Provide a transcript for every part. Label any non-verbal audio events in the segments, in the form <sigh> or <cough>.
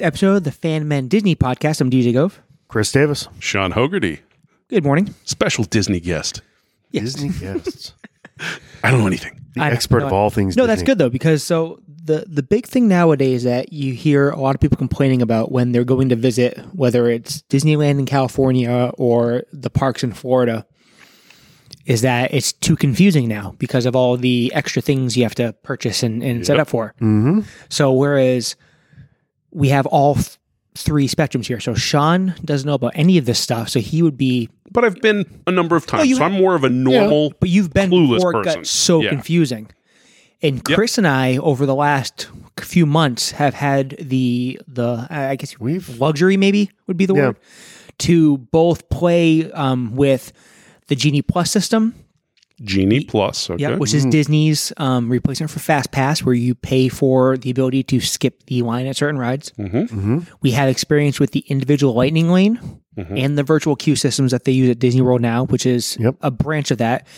episode of the Fan Men Disney podcast. I'm DJ Gove. Chris Davis. Sean Hogarty, Good morning. special Disney guest. Disney <laughs> guests. I don't know anything. The I know, expert no, of I- all things No, that's Disney. good though because so the the big thing nowadays that you hear a lot of people complaining about when they're going to visit, whether it's Disneyland in California or the parks in Florida, is that it's too confusing now because of all the extra things you have to purchase and, and set up for. Mm-hmm. So whereas we have all th- three spectrums here, so Sean doesn't know about any of this stuff, so he would be. But I've been a number Oh, of times, you- so I'm more of a normal. But you've been clueless before it person. got so Yeah. confusing. And Chris and I, over the last few months, have had the the I guess We've- luxury maybe would be the Yeah. word to both play um, with the Genie Plus system, Genie Plus. Okay. yeah, which is Disney's um, replacement for Fast Pass, where you pay for the ability to skip the line at certain rides. Mm-hmm. We have experience with the individual Lightning Lane Mm-hmm. and the virtual queue systems that they use at Disney World now, which is Yep. a branch of that.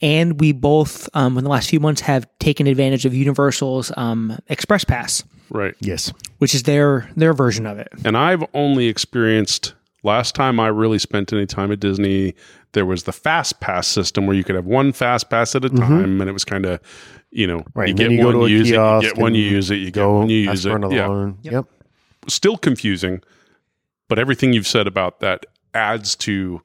And we both, um, in the last few months, have taken advantage of Universal's um, Express Pass, right. Yes. which is their their version of it. And I've only experienced last time I really spent any time at Disney, there was the fast pass system where you could have one fast pass at a time and it was kind of you know, Mm-hmm. Right. you and then get you one, go to you a use it, you kiosk get one, you and use it, you go, go one, you use ask for it. another Yeah. one. Yep. Still confusing, but everything you've said about that adds to,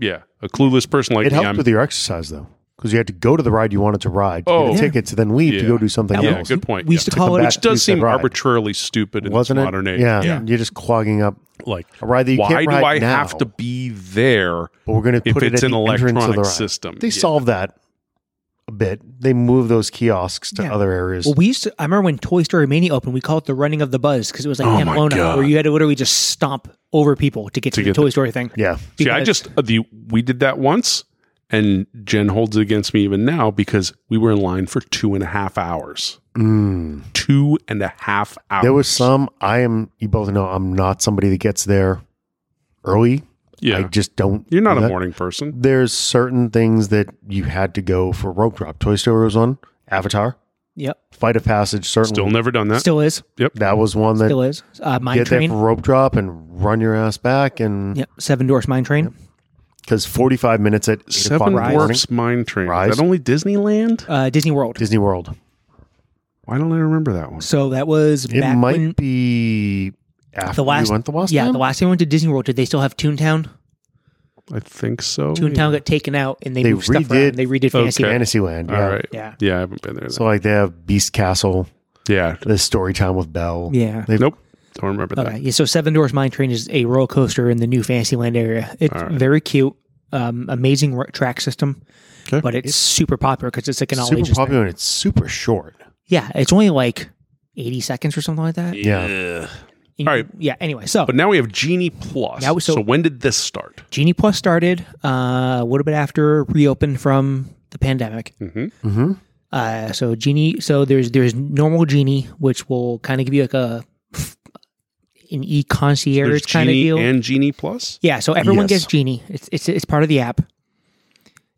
yeah, a clueless person like It me. helped with your exercise though, because you had to go to the ride you wanted to ride, to Oh. get a Yeah. ticket, to then leave to Yeah. go do something yeah, else. good point. We used yeah. to call come it back which does to said seem ride. arbitrarily stupid in wasn't this it? modern age. Yeah. You're just clogging up Like, a ride that you why can't do ride I now, have to be there But we're going to if put it it's at an the entrance of the electronic ride. system? They Yeah. solved that a bit. They moved those kiosks to Yeah. other areas. Well, we used to. I remember when Toy Story Mania opened, we called it the running of the buzz because it was like Oh my Pamplona, God. where you had to literally just stomp over people to get to, the get Toy Story thing. yeah. See, I Because- just uh, the we did that once, and Jen holds it against me even now because we were in line for two and a half hours. Mm. Two and a half hours. There was some. I am. You both know I'm not somebody that gets there early. Yeah, I just don't. you're not do a that. morning person. There's certain things that you had to go for rope drop. Toy Story was one. Avatar, Yep, Flight of Passage, certainly. Still never done that. still is, that was one that still is. Uh, mine get there train. for rope drop and run your ass back and Yep, Seven Doors Mine Train. because 45 minutes at 8 Seven o'clock in the morning, Dwarfs Mine Train. Rise. Is that only Disneyland? Uh, Disney World. Disney World. Why don't I remember that one? So that was It back might when, be after The last- we went the last yeah, time. the last time we went to Disney World, did they still have Toontown? I think so. Toontown got taken out, and they, They moved stuff around. redid- They redid Fantasyland. Fantasyland. Yeah. All right. Yeah. Yeah, I haven't been there. So like they have Beast Castle, yeah. the story time with Belle. Yeah. They've- Nope. Don't remember that. Okay. Yeah. So Seven Doors Mine Train is a roller coaster in the new Fantasyland area. It's very cute. Um, amazing r- track system, Okay. but it's, super popular because it's like an all super ages. thing. popular and it's super short. Yeah, it's only like eighty seconds or something like that. Yeah. All right. Yeah. Anyway, so But now we have Genie Plus. Now- so- so, when did this start? Genie Plus started uh, a little bit after reopened from the pandemic. Mm-hmm. Uh, so genie, so there's there's normal genie, which will kind of give you like a an e concierge There's kind of Genie deal. and Genie Plus. yeah, so everyone Yes. gets genie. It's it's it's part of the app.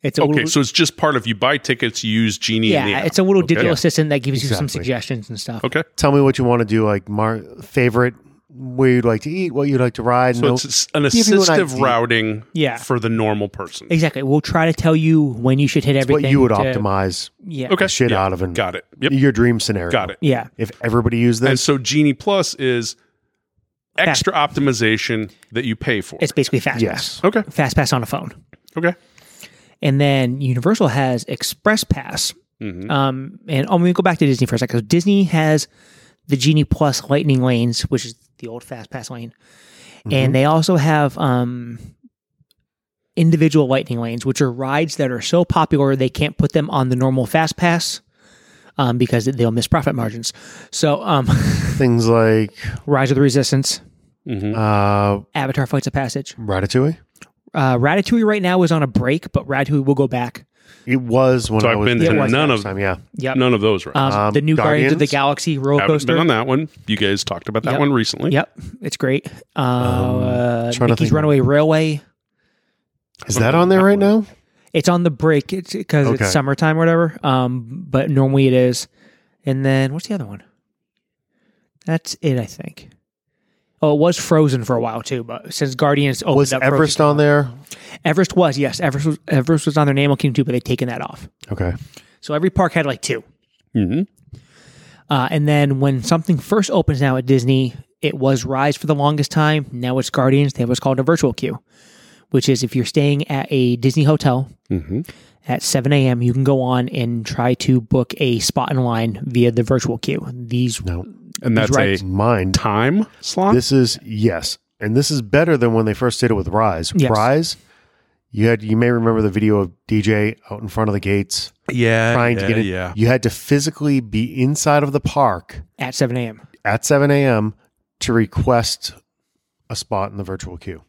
It's a Okay, little, so it's just part of you buy tickets, you use Genie. in yeah, the app. it's a little Okay. digital assistant that gives you some Exactly. suggestions and stuff. Okay, Tell me what you want to do, like Mar favorite where you'd like to eat, what you'd like to ride. so no- it's an Give you an assistive idea. routing. Yeah. for the normal person. Exactly. We'll try to tell you when you should hit everything. what you would to- optimize Yeah. Okay, the shit Yeah. out of and Got it. Yep, your dream scenario. got it. Yeah. If everybody used And this, so Genie Plus is extra optimization that you pay for. It's basically fast. yes. okay, Pass. Fast pass on a phone. okay. And then Universal has Express Pass. Mm-hmm. Um, and oh, let me go back to Disney for a second. So Disney has the Genie Plus Lightning Lanes, which is the old Fast Pass lane, and they also have um, individual Lightning Lanes, which are rides that are so popular they can't put them on the normal Fast Pass um, because they'll miss profit margins. So um, <laughs> Things like Rise of the Resistance, Mm-hmm. uh, Avatar: Flights of Passage, Ratatouille. uh, Ratatouille right now is on a break, but Ratatouille will go back. It was when So I I've was been there to last none of- time. Yeah, Yep. None of those right. Um, Um, the new Guardians? of the Guardians? Galaxy roller haven't coaster. been on that one. You guys talked about that Yep. one recently. Yep, it's great. Uh, uh, trying Um, to Mickey's think. Runaway Railway. is that on there right now? It's on the break. It's because Okay. it's summertime or whatever. Um, but normally it is. And then what's the other one? That's it, I think. Oh, it was frozen for a while too, but since Guardians opened Was up Everest Frozen- on there? Everest was yes, Everest was, Everest was on their Animal Kingdom too, but they've taken that off. Okay. So every park had like two. Mhm. Uh, and then when something first opens now at Disney, it was Rise for the longest time. Now it's Guardians. They have what's called a virtual queue, which is if you're staying at a Disney hotel Mm-hmm. at 7 a.m., you can go on and try to book a spot in line via the virtual queue. These No. And that's right. a Mine. time slot. This is yes, and this is better than when they first did it with Rise. Yes. Rise, you had you may remember the video of DJ out in front of the gates yeah, trying yeah, to get in. Yeah, You had to physically be inside of the park at 7 a.m. at 7 a.m. to request a spot in the virtual queue.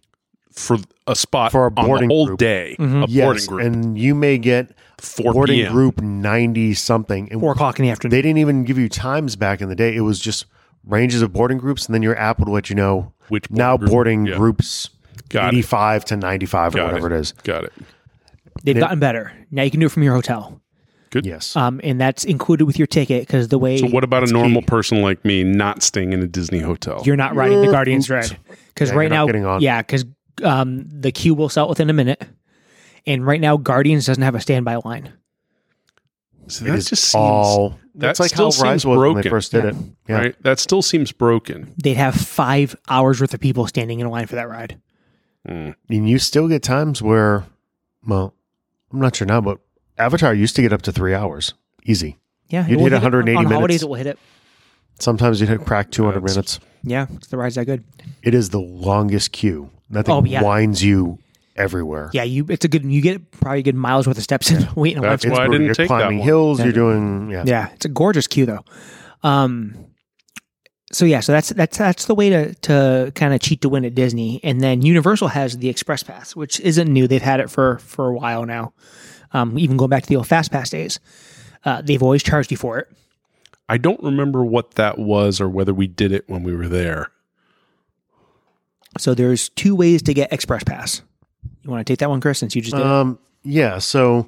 for a spot For a on the boarding whole group. day, a boarding Yes, group, and you may get 4 boarding p.m. group ninety something. And Four o'clock in the afternoon. they didn't even give you times back in the day. It was just ranges of boarding groups, and then your app would let you know Which boarding now group? boarding Yeah. groups Got it. 85 to 95 or Got whatever it is. Got it. They've gotten better. Now you can do it from your hotel, Yes. Ah, um, and that's included with your ticket because the way So what about a normal person like me not staying in a Disney hotel? you're not riding the Guardians Red because Yeah, right you're not now, getting on. yeah, because um, the queue will sell within a minute, and right now Guardians doesn't have a standby line. so It that is just seems all. That's like how still seems Rise was when they broken. first did it. Yeah. right. That still seems broken. They'd have five hours worth of people standing in line for that ride. And you still get times where, well, I'm not sure now, but Avatar used to get up to three hours. Easy. Yeah, You'd it will hit hit it. 180 on minutes. holidays. It will hit it. Sometimes you'd crack 200 That's- minutes. Yeah, 'cause the ride's that good. It is the longest queue. That thing Oh, yeah. winds you everywhere. Yeah, you. It's a good. You get probably a good miles worth of steps in <laughs> waiting. in line That's for- It's why I brutal. didn't You're take that climbing one. hills. You're doing, yeah. Yeah, it's a gorgeous queue though. Um, so yeah, so that's that's that's the way to to kind of cheat to win at Disney, and then Universal has the Express Pass, which isn't new. They've had it for for a while now. Um, even going back to the old Fast Pass days, uh, they've always charged you for it. I don't remember what that was or whether we did it when we were there. So there's two ways to get Express Pass. You want to take that one, Chris, since you just did. it? Um, yeah. So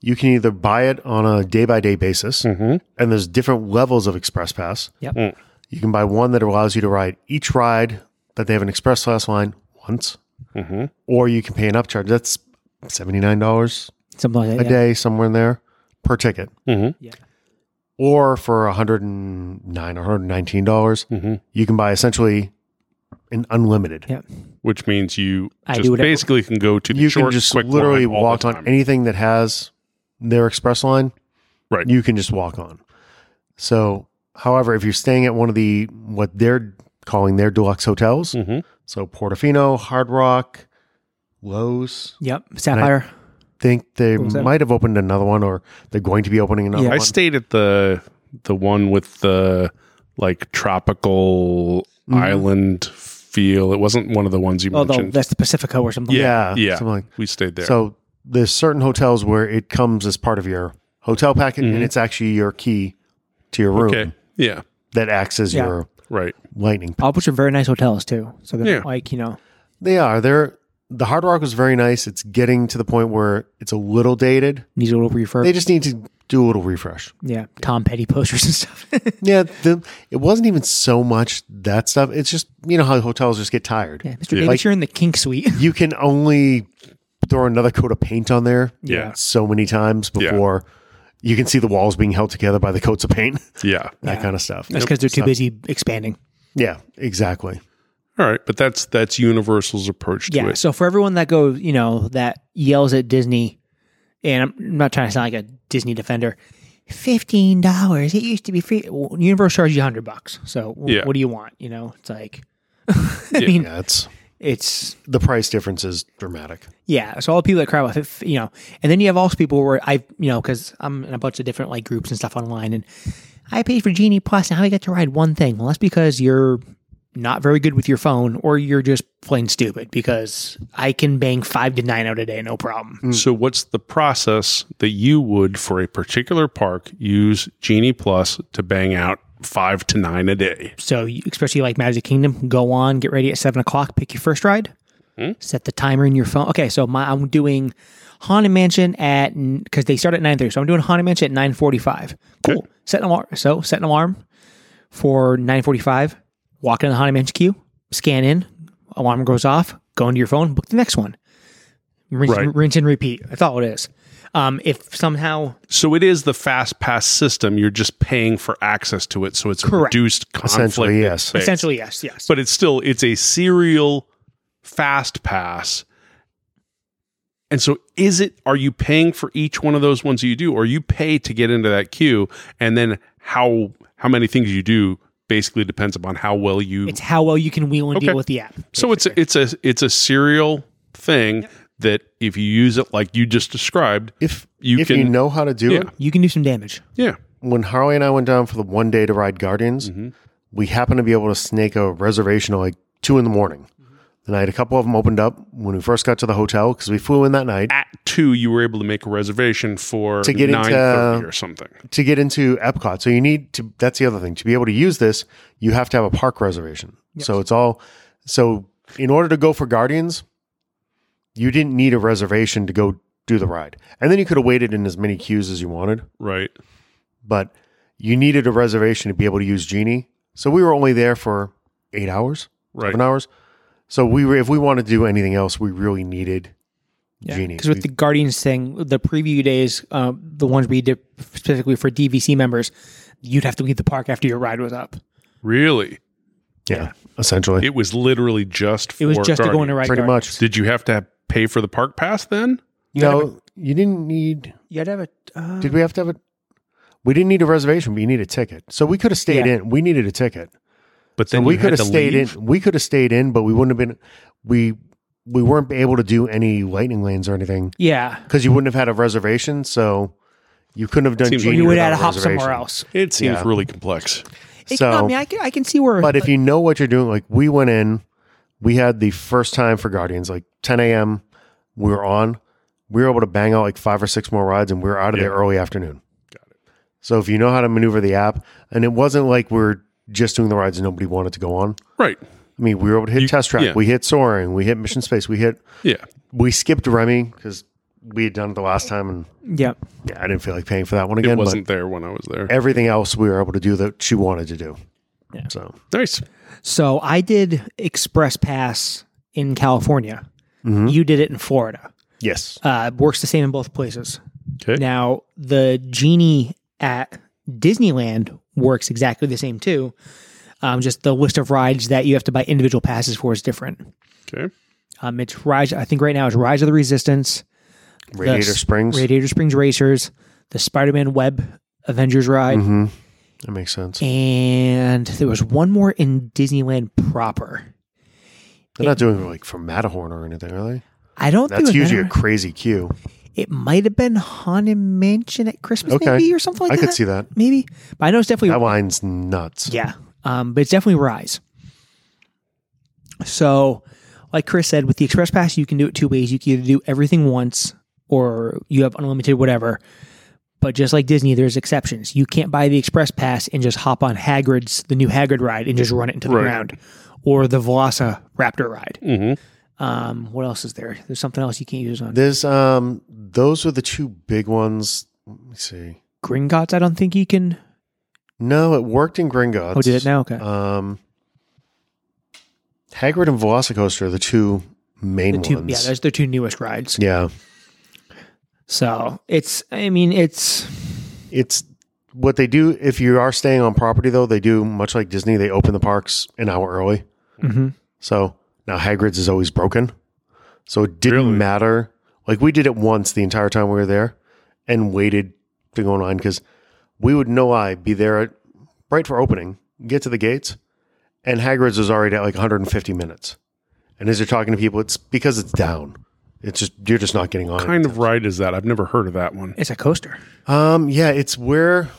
you can either buy it on a day by day basis, and there's different levels of Express Pass. Mm-hmm. Yep. Mm. You can buy one that allows you to ride each ride that they have an Express Pass line once, or you can pay an upcharge. That's seventy nine dollars something like that. a yeah. day, somewhere in there, per ticket. Mm-hmm. Yeah. Or for hundred and nine or hundred nineteen dollars, Mm-hmm. you can buy essentially an unlimited. Yep. Which means you I just do whatever- basically can go to the you short, can just quick literally line all walk the on time. anything that has their express line. Right. You can just walk on. So, however, if you're staying at one of the what they're calling their deluxe hotels, Mhm. so Portofino, Hard Rock, Lowe's, Yep. Sapphire. think they was that? might have opened another one or they're going to be opening another Yeah. one. I stayed at the the one with the like tropical island feel. It wasn't one of the ones you Oh, the, mentioned. that's the Pacifico or something. like yeah, yeah, something like- we stayed there. So there's certain hotels where it comes as part of your hotel packet and it's actually your key to your room Mm-hmm. okay, yeah, that acts as Yeah. your right. lightning that. All which are very nice hotels too. So they're Yeah. like you know. They are. They're the Hard Rock was very nice. It's getting to the point where it's a little dated. These little refurb. They just need to do a little refresh. Yeah, Tom Petty posters and stuff. <laughs> Yeah, the, it wasn't even so much that stuff. It's just you know how hotels just get tired. yeah, Mr. Davis, you're in the kink suite. You can only throw another coat of paint on there. Yeah. so many times Yeah. before you can see the walls being held together by the coats of paint. <laughs> Yeah. that kind of stuff. That's because they're too busy expanding. Yeah, exactly. All right, but that's that's Universal's approach to Yeah. it. So for everyone that goes, you know, that yells at Disney, and I'm I'm not trying to sound like a Disney defender. Fifteen dollars. It used to be free. Well, Universal charges you hundred bucks. So w- Yeah. what do you want? You know, it's like. I mean, Yeah, it's it's the price difference is dramatic. yeah. So all the people that cry about, if, you know, and then you have also people where I, you know, because I'm in a bunch of different like groups and stuff online, and I paid for Genie Plus, and I get to ride one thing. Well, that's because you're not very good with your phone, or you're just plain stupid. Because I can bang five to nine out a day, no problem. So, what's the process that you would, for a particular park, use Genie Plus to bang out five to nine a day? So, you- especially like Magic Kingdom, go on, get ready at seven o'clock, pick your first ride, Hmm? set the timer in your phone. Okay, so my I'm doing Haunted Mansion at because they start at nine thirty, so I'm doing Haunted Mansion at nine forty-five. Cool. Set an alarm. So set an alarm for nine forty-five. Walk in the Haunted Mansion queue. scan in, alarm goes off, go into your phone, book the next one. Rinse, Right. rinse and repeat. That's all it is. Um, if somehow So it is the fast pass system. You're just paying for access to it, so it's Correct. reduced conflict. Essentially, yes. space. Essentially, yes, yes. but it's still it's a serial fast pass. And so is it are you paying for each one of those ones you do or you pay to get into that queue and then how how many things you do basically depends upon how well you it's how well you can wheel and Okay. deal with the app. So it's a, it's a it's a serial thing that if you use it like you just described, If You you if you can- know how to do Yeah. it, You can do some damage. yeah. when Harley and I went down for the one day to ride Guardians, we happened to be able to snake a reservation at like two in the morning. And I had a couple of them opened up when we first got to the hotel because we flew in that night At two, you were able to make a reservation for To get into- nine thirty or something. to get into Epcot. So you need to, that's the other thing. To be able to use this, you have to have a park reservation. So it's all, so in order to go for Guardians, you didn't need a reservation to go do the ride. And then you could have waited in as many queues as you wanted. Right. but you needed a reservation to be able to use Genie. So we were only there for eight hours, Right. seven hours. So we were, if we wanted to do anything else, we really needed Genie. Because with the Guardians thing, the preview days, uh, the ones we did specifically for DVC members, you'd have to leave the park after your ride was up. Really. yeah, essentially, It was literally just for It was just to go in a Guardians. ride. pretty Guardians. much. Did you have to have- pay for the park pass then? no, you didn't need. You had to have a. Uh, Did we have to have a? We didn't need a reservation. but you need a ticket. So we could have stayed Yeah. in. We needed a ticket. But So then we you could had have to stayed leave? in. We could have stayed in, but we wouldn't have been. We we weren't able to do any lightning lanes or anything yeah. because you wouldn't have had a reservation. So you couldn't have done Seems like Genie. You would without have to hop reservation. somewhere else. It seems Yeah. really complex. It- So- I mean, I can, I can see where. But if you know what you're doing, like we went in, we had the first time for Guardians, like 10 a.m. We were on. We were able to bang out like five or six more rides, and we were out of there early afternoon. Got it. So if you know how to maneuver the app, and it wasn't like we are just doing the rides and nobody wanted to go on. Right. I mean, we were able to hit Test Track, yeah. we hit Soaring, we hit Mission Space, we hit, Yeah. we skipped Remy because we had done it the last time, and yeah. yeah, I didn't feel like paying for that one It again. But wasn't there when I was there. everything else we were able to do that she wanted to do. Yeah. So Nice. So I did Express Pass in California. Mm-hmm. You did it in Florida. yes, Uh, works the same in both places. Okay. Now, the genie at Disneyland works exactly the same too. Um, just the list of rides that you have to buy individual passes for is different. Okay. Um, it's Rise, I think right now it's Rise of the Resistance, Radiator s- Springs. Radiator Springs Racers, the Spider Man Web Avengers ride, hmm That makes sense. and there was one more in Disneyland proper. They're not doing like from Matterhorn or anything, are they? I don't That's think it was usually a Matterhorn. crazy queue. It might have been Haunted Mansion at Christmas, Okay. maybe, or something like I that. could see that. Maybe. But I know it's definitely That line's nuts. Yeah. Um, but it's definitely Rise. So, like Chris said, with the Express Pass, you can do it two ways. You can either do everything once or you have unlimited whatever. But just like Disney, there's exceptions. You can't buy the Express Pass and just hop on Hagrid's, the new Hagrid ride, and just run it into the Right. ground or the Velociraptor ride. Mm-hmm. Um, what else is there? There's something else you can't use on There's um those were the two big ones. Let me see. Gringotts. I don't think you can. No, it worked in Gringotts. Oh, did it now? Okay. Um Hagrid and Velocicoaster are the two main the two, yeah, ones. those are the two newest rides. Yeah. So it's, I mean, it's It's what they do if you are staying on property though, they do much like Disney, they open the parks an hour early. Mm-hmm. mhm. So now Hagrid's is always broken. So it didn't Really? matter. Like we did it once the entire time we were there and waited to go online because we would no lie be there at, right for opening, get to the gates, and Hagrid's was already at like 150 minutes. And as you're talking to people, it's because it's down. It's just you're just not getting on. it. Kind of ride is that? I've never heard of that one. it's a coaster. Um, yeah, it's where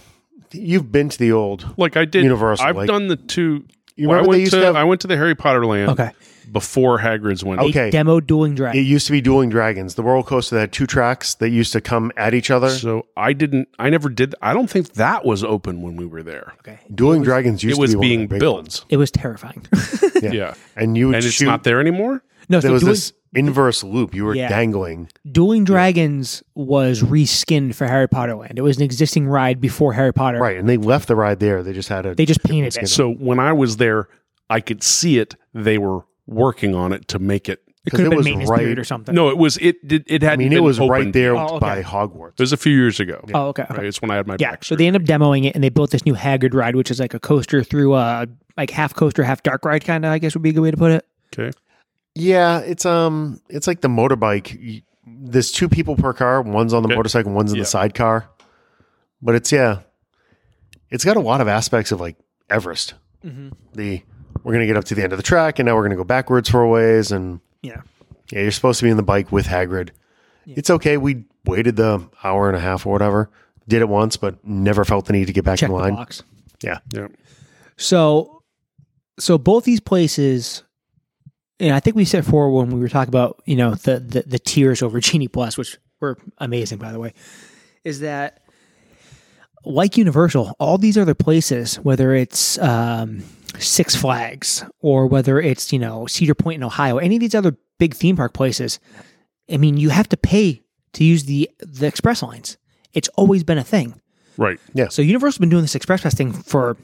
you've been to the old. Like I did. Universal, I've like- done the two. You I remember went they used to, to have- I went to the Harry Potter land. Okay. Before Hagrid's went. Okay. Demo dueling dragon. It used to be Dueling Dragons, the roller coaster that had two tracks that used to come at each other. So I didn't. I never did. I don't think that was open when we were there. okay. Dueling Dragons used It was to be one of being the big built. It was terrifying. <laughs> Yeah. Yeah. and you would And it's shoot. not there anymore. no, there so was dueling, this inverse loop. You were Yeah. dangling. dueling dragons was reskinned for Harry Potter Land. It was an existing ride before Harry Potter. Right, and they left the ride there. They just had a They just painted it. So when I was there, I could see it. They were working on it to make it. It could have it been was maintenance right- period or something. No, it was it did it had. I mean, it was right there Oh, okay. by Hogwarts. It was a few years ago. Oh, okay. okay. Right, it's when I had my Yeah. back. So they end up demoing it and they built this new Haggard ride, which is like a coaster through a like half coaster, half dark ride kind of, I guess would be a good way to put it. surgery. Okay. Yeah, it's um, it's like the motorbike. You- There's two people per car. One's on the Okay. motorcycle, one's in Yeah. the sidecar. But it's yeah, it's got a lot of aspects of like Everest. The we're gonna get up to the end of the track, and now we're gonna go backwards for a ways, and Yeah. yeah, you're supposed to be in the bike with Hagrid. It's okay. We waited the hour and a half or whatever. Did it once, but never felt the need to get back Check in the line. box. Yeah, Yeah. So, so both these places, and I think we said for when we were talking about you know the the, the tiers over Genie Plus, which were amazing by the way, is that like Universal, all these other places, whether it's um, Six Flags or whether it's you know Cedar Point in Ohio, any of these other big theme park places, I mean, you have to pay to use the the express lines. It's always been a thing. Right. So Universal's been doing this Express Pass thing for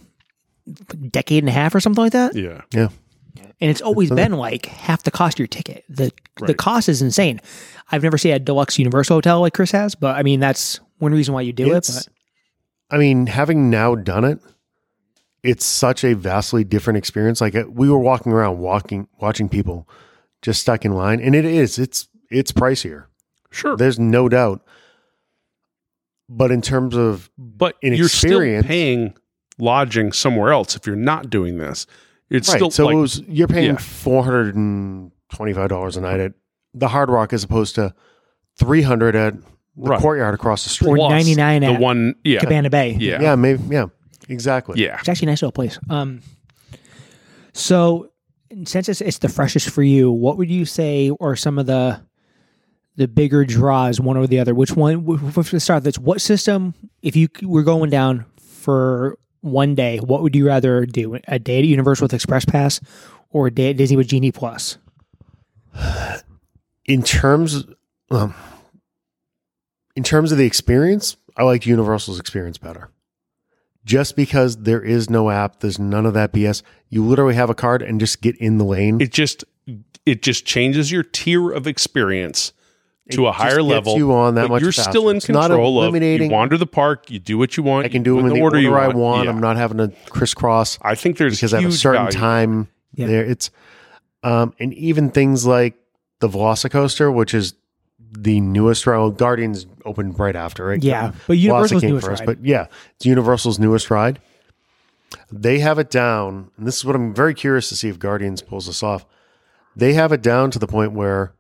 a decade and a half or something like that. Yeah. yeah. And it's always been like half the cost of your ticket. The the Right. cost is insane. I've never seen a deluxe Universal hotel like Chris has, but I mean that's one reason why you do It's- I mean, having now done it, it's such a vastly different experience. Like uh, we were walking around, walking, watching people just stuck in line, and it is it's it's pricier. Sure. There's no doubt. But in terms of but in you're experience- still paying lodging somewhere else if you're not doing this. It's right, still so like, it was you're paying yeah. four hundred and twenty five dollars a night at the Hard Rock as opposed to three hundred at the Right. courtyard across the but or street. Plus ninety nine the at one. Yeah. Cabana Bay. Yeah. yeah. maybe yeah, exactly. Yeah. It's actually a nice little place. Um so since it's, it's the freshest for you, what would you say are some of the the bigger draws, one or the other? Which one? Let's start. That's what system. If you c- were going down for one day, what would you rather do? A day at Universal with Express Pass, or a day at Disney with Genie Plus? in terms um, in terms of the experience, I liked Universal's experience better. Just because there is no app, there's none of that BS. You literally have a card and just get in the lane. It just it just changes your tier of experience to a just higher gets level. you on that but much You're faster. still in It's not control of you eliminating- wander the park, you do what you want. I can you do them in the order, I want. Yeah. I'm not having to crisscross I think there's because I have a huge certain value. time Yeah. there. It's um, and even things like the Velocicoaster, which is the newest round. Guardians opened right after, right? Yeah, but Well, that's the Universal's game newest for us, ride. But yeah, it's Universal's newest ride. They have it down, and this is what I'm very curious to see if Guardians pulls this off. They have it down to the point where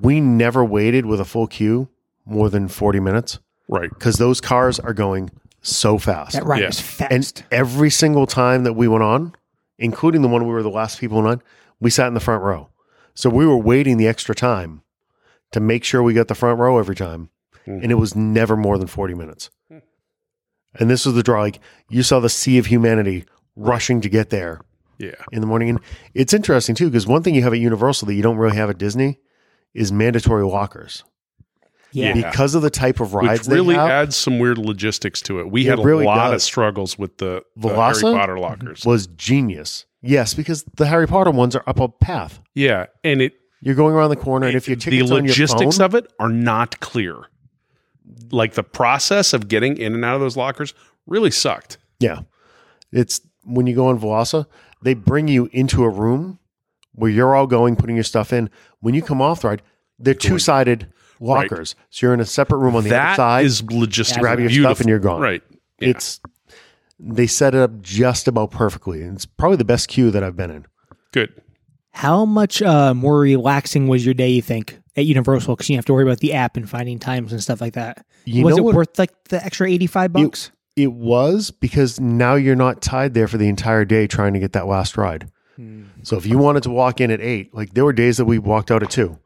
we never waited with a full queue more than 40 minutes Right. because those cars are going so fast. that ride Yeah. is fast. And every single time that we went on, including the one we were the last people on, we sat in the front row. So we were waiting the extra time to make sure we got the front row every time. Mhm. And it was never more than 40 minutes. Hmm. And this was the draw. Like you saw the sea of humanity rushing to get there Yeah. in the morning. And it's interesting too, because one thing you have at Universal that you don't really have at Disney is mandatory walkers. yeah, Yeah. Because of the type of rides Which really they have, adds some weird logistics to it. We It had a really lot of does. Mm-hmm. struggles with the, the Harry Veloci? Potter lockers. was genius. Yes, because the Harry Potter ones are up a path. Yeah, and it You're going around the corner, and if your the ticket's on your phone, logistics of it are not clear. Like the process of getting in and out of those lockers really sucked. yeah, it's when you go on Velasa, they bring you into a room where you're all going, putting your stuff in. When you come off the ride, they're two sided lockers, so you're in a separate room on the That other side. is logistic. grab your beautiful. stuff and you're gone. Right. Yeah. It's they set it up just about perfectly, and it's probably the best queue that I've been in. Good. How much uh, more relaxing was your day? You think at Universal because you have to worry about the app and finding times and stuff like that. You was know it what- worth like the extra eighty five bucks? It was because now you're not tied there for the entire day trying to get that last ride. Hmm. So if you wanted to walk in at eight, like there were days that we walked out at two,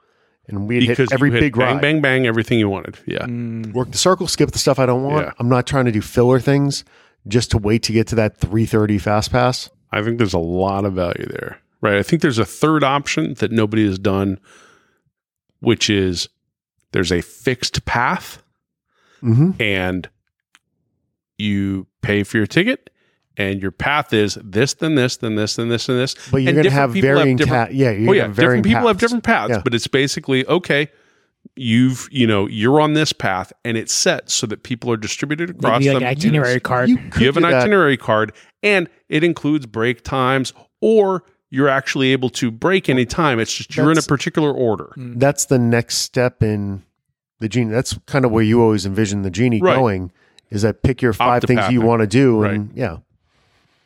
and we had Because hit every you hit big bang, ride. Mm. bang, bang, everything you wanted. Yeah. Mm-hmm. work the circle, skip the stuff I don't want. Yeah. I'm not trying to do filler things just to wait to get to that 3:30 fast pass. I think there's a lot of value there. Right. I think there's a third option that nobody has done, which is there's a fixed path hmm and you pay for your ticket and your path is this, then this, then this, then this, and this. But you're going And to different have people have varying different- cat. Yeah, you're oh gonna yeah, have varying different people have paths. different paths, Yeah. but it's basically okay. You've you know you're on this path, and it's set so that people are distributed across Maybe like an them. itinerary card. <laughs> You, could You have do an that. itinerary card, and it includes break times, or you're actually able to break any time. It's just you're in a That's- particular order. Mm. That's the next step in the genie. That's kind of where you always envision the genie Right. going. Is that pick your five things you Octopathing. want to do, and yeah,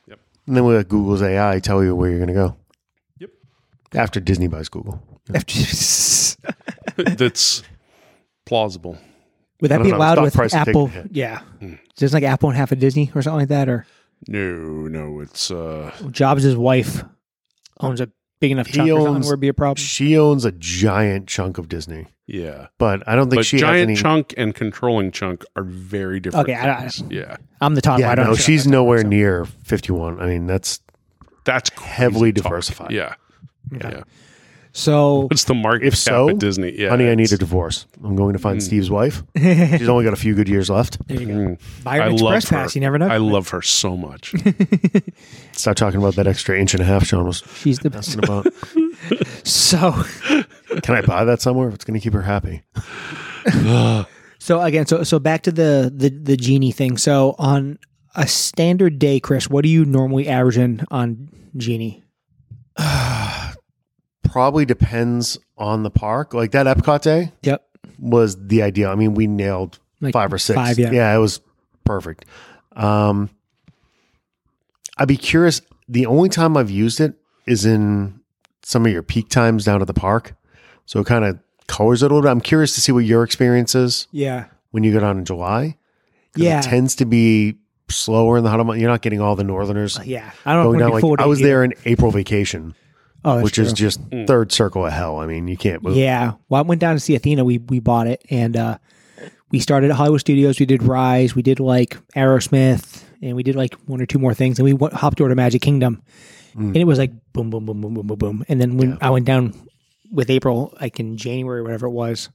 Yep. and then we let Google's AI tell you where you're going to go. Yep. After Disney buys Google, Would <laughs> That's plausible. that don't be know, allowed stock with price will take a Apple? hit. Hmm. Yeah. Just like Apple and half of Disney or something like that, or No, no, it's uh, Jobs' wife owns a big enough He chunk or something owns- where it'd be a problem. she owns a giant chunk of Disney, yeah. but I don't think But she has giant any. chunk and controlling chunk are very different. Okay, I- I- things. yeah, I'm the top. yeah, I don't no, know shit she's about nowhere near fifty-one. I mean, that's that's heavily crazy talk. diversified. Yeah, that. So <laughs> what's the market If cap so, at Disney? Yeah, Honey, I need a it's- divorce. I'm going to find Mm. Steve's <laughs> wife. there She's only got a few good years left. you go. Mm, Buy an I love express pass. her. You never know. I love her <laughs> so much. Stop talking about that extra inch and a half Sean was she's the best. asking about. <laughs> <laughs> So Can I buy that somewhere? If it's going to keep her happy. so again, so so back to the the the genie thing. So on a standard day, Chris, what are you normally averaging on genie? Probably depends on the park. Like that Epcot day Yep. was the ideal. I mean, we nailed Like five or six. five, yeah. it was perfect. Um, I'd be curious. The only time I've used it is in some of your peak times down at the park. So it kind of colors it a little bit. I'm curious to see what your experience is Yeah. when you go down in July. 'Cause Yeah. It tends to be slower in the hot month. You're not getting all the northerners. Oh, yeah. I don't Going know. down like I was there in April vacation, Oh, that's which true. is just third circle of hell. I mean, you can't move. Yeah. Well, I went down to see Athena. We we bought it and uh we started at Hollywood Studios. We did Rise. We did like Aerosmith, and we did like one or two more things. And we went, hopped over to Magic Kingdom, and it was like boom, boom, boom, boom, boom, boom, boom. And then when I went down with April, like in January or whatever it was,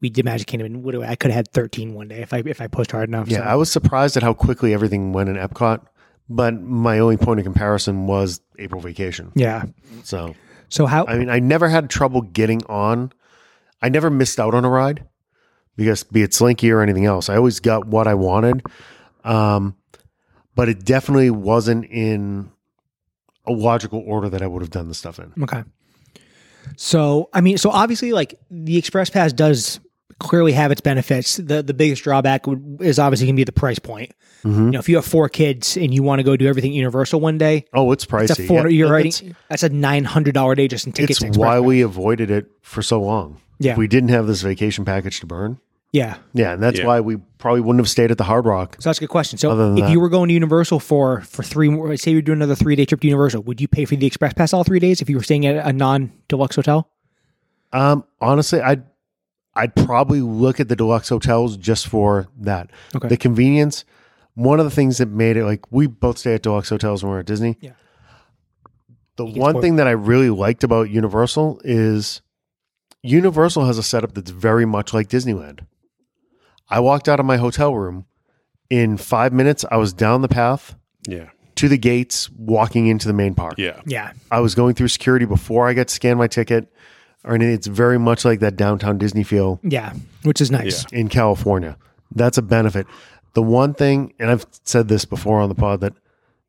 we did Magic Kingdom, and literally I could have had thirteen one day if I if I pushed hard enough. Yeah, so. I was surprised at how quickly everything went in Epcot, but my only point of comparison was April vacation. yeah. So, So how? I mean, I never had trouble getting on. I never missed out on a ride because be it Slinky or anything else, I always got what I wanted. Um, but it definitely wasn't in a logical order that I would have done the stuff in. Okay. So I mean, so obviously, like the Express Pass does clearly have its benefits. the The biggest drawback would, is obviously going to be the price point. Mm-hmm. You know, if you have four kids and you want to go do everything Universal one day, Oh, it's pricey. it's a four. Yeah, you're it's- writing that's a nine hundred dollar day just in tickets. It's to Express why Pass. we avoided it for so long. Yeah. If we didn't have this vacation package to burn, yeah. yeah, and that's Yeah. why we probably wouldn't have stayed at the Hard Rock. So that's a good question. Other So than if that- you were going to Universal for for three, more, say you're doing another three day trip to Universal, would you pay for the Express Pass all three days if you were staying at a non deluxe hotel? Um, honestly, I'd I'd probably look at the deluxe hotels just for that. Okay. The convenience. One of the things that made it like we both stay at deluxe hotels when we we're at Disney. Yeah. The gets one bored. thing that I really liked about Universal is Universal has a setup that's very much like Disneyland. I walked out of my hotel room in five minutes. I was down the path yeah, to the gates, walking into the main park. yeah, Yeah. I was going through security before I got to scan my ticket or anything. It's very much like that downtown Disney feel Yeah. Which is nice. Yeah. in California. That's a benefit. The one thing, and I've said this before on the pod, that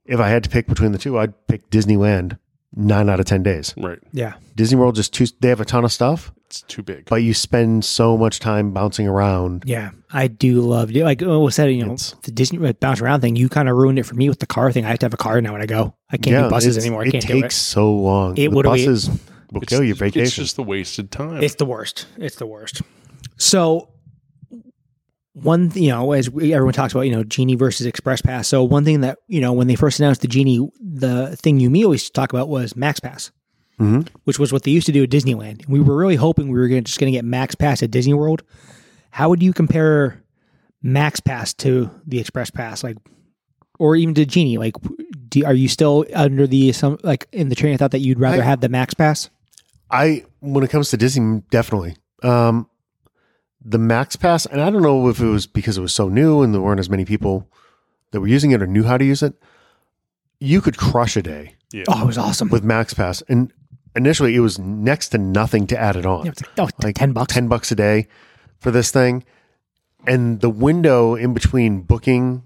if I had to pick between the two, I'd pick Disneyland nine out of 10 days. right. Yeah. Disney World just too, they have a ton of stuff, It's too big. but you spend so much time bouncing around. Yeah, I do love like oh, what's that? You know, It's- the Disney like, bounce around thing. You kind of ruined it for me with the car thing. I have to have a car now when I go. I can't do buses it's- anymore. I It can't takes so long. It the would be- buses will It's- kill your It's vacation. just the wasted time. do it. It's the worst. It's the worst. So one, th- you know, as we, everyone talks about, you know, Genie versus Express Pass. So one thing that you know when they first announced the Genie, the thing you and me always talk about was Max Pass, Mhm. which was what they used to do at Disneyland. We were really hoping we were gonna, just going to get Max Pass at Disney World. How would you compare Max Pass to the Express Pass, like, or even to Genie? Like, do, are you still under the some like in the train of thought that you'd rather I- have the Max Pass? I when it comes to Disney, definitely. Um the Max Pass, and I don't know if it was because it was so new and there weren't as many people that were using it or knew how to use it, you could crush a day Yeah. Oh, it was awesome. with Max Pass, and initially it was next to nothing to add it on. Yeah, it's like, oh, t- 10 bucks. ten bucks a day for this thing, and the window in between booking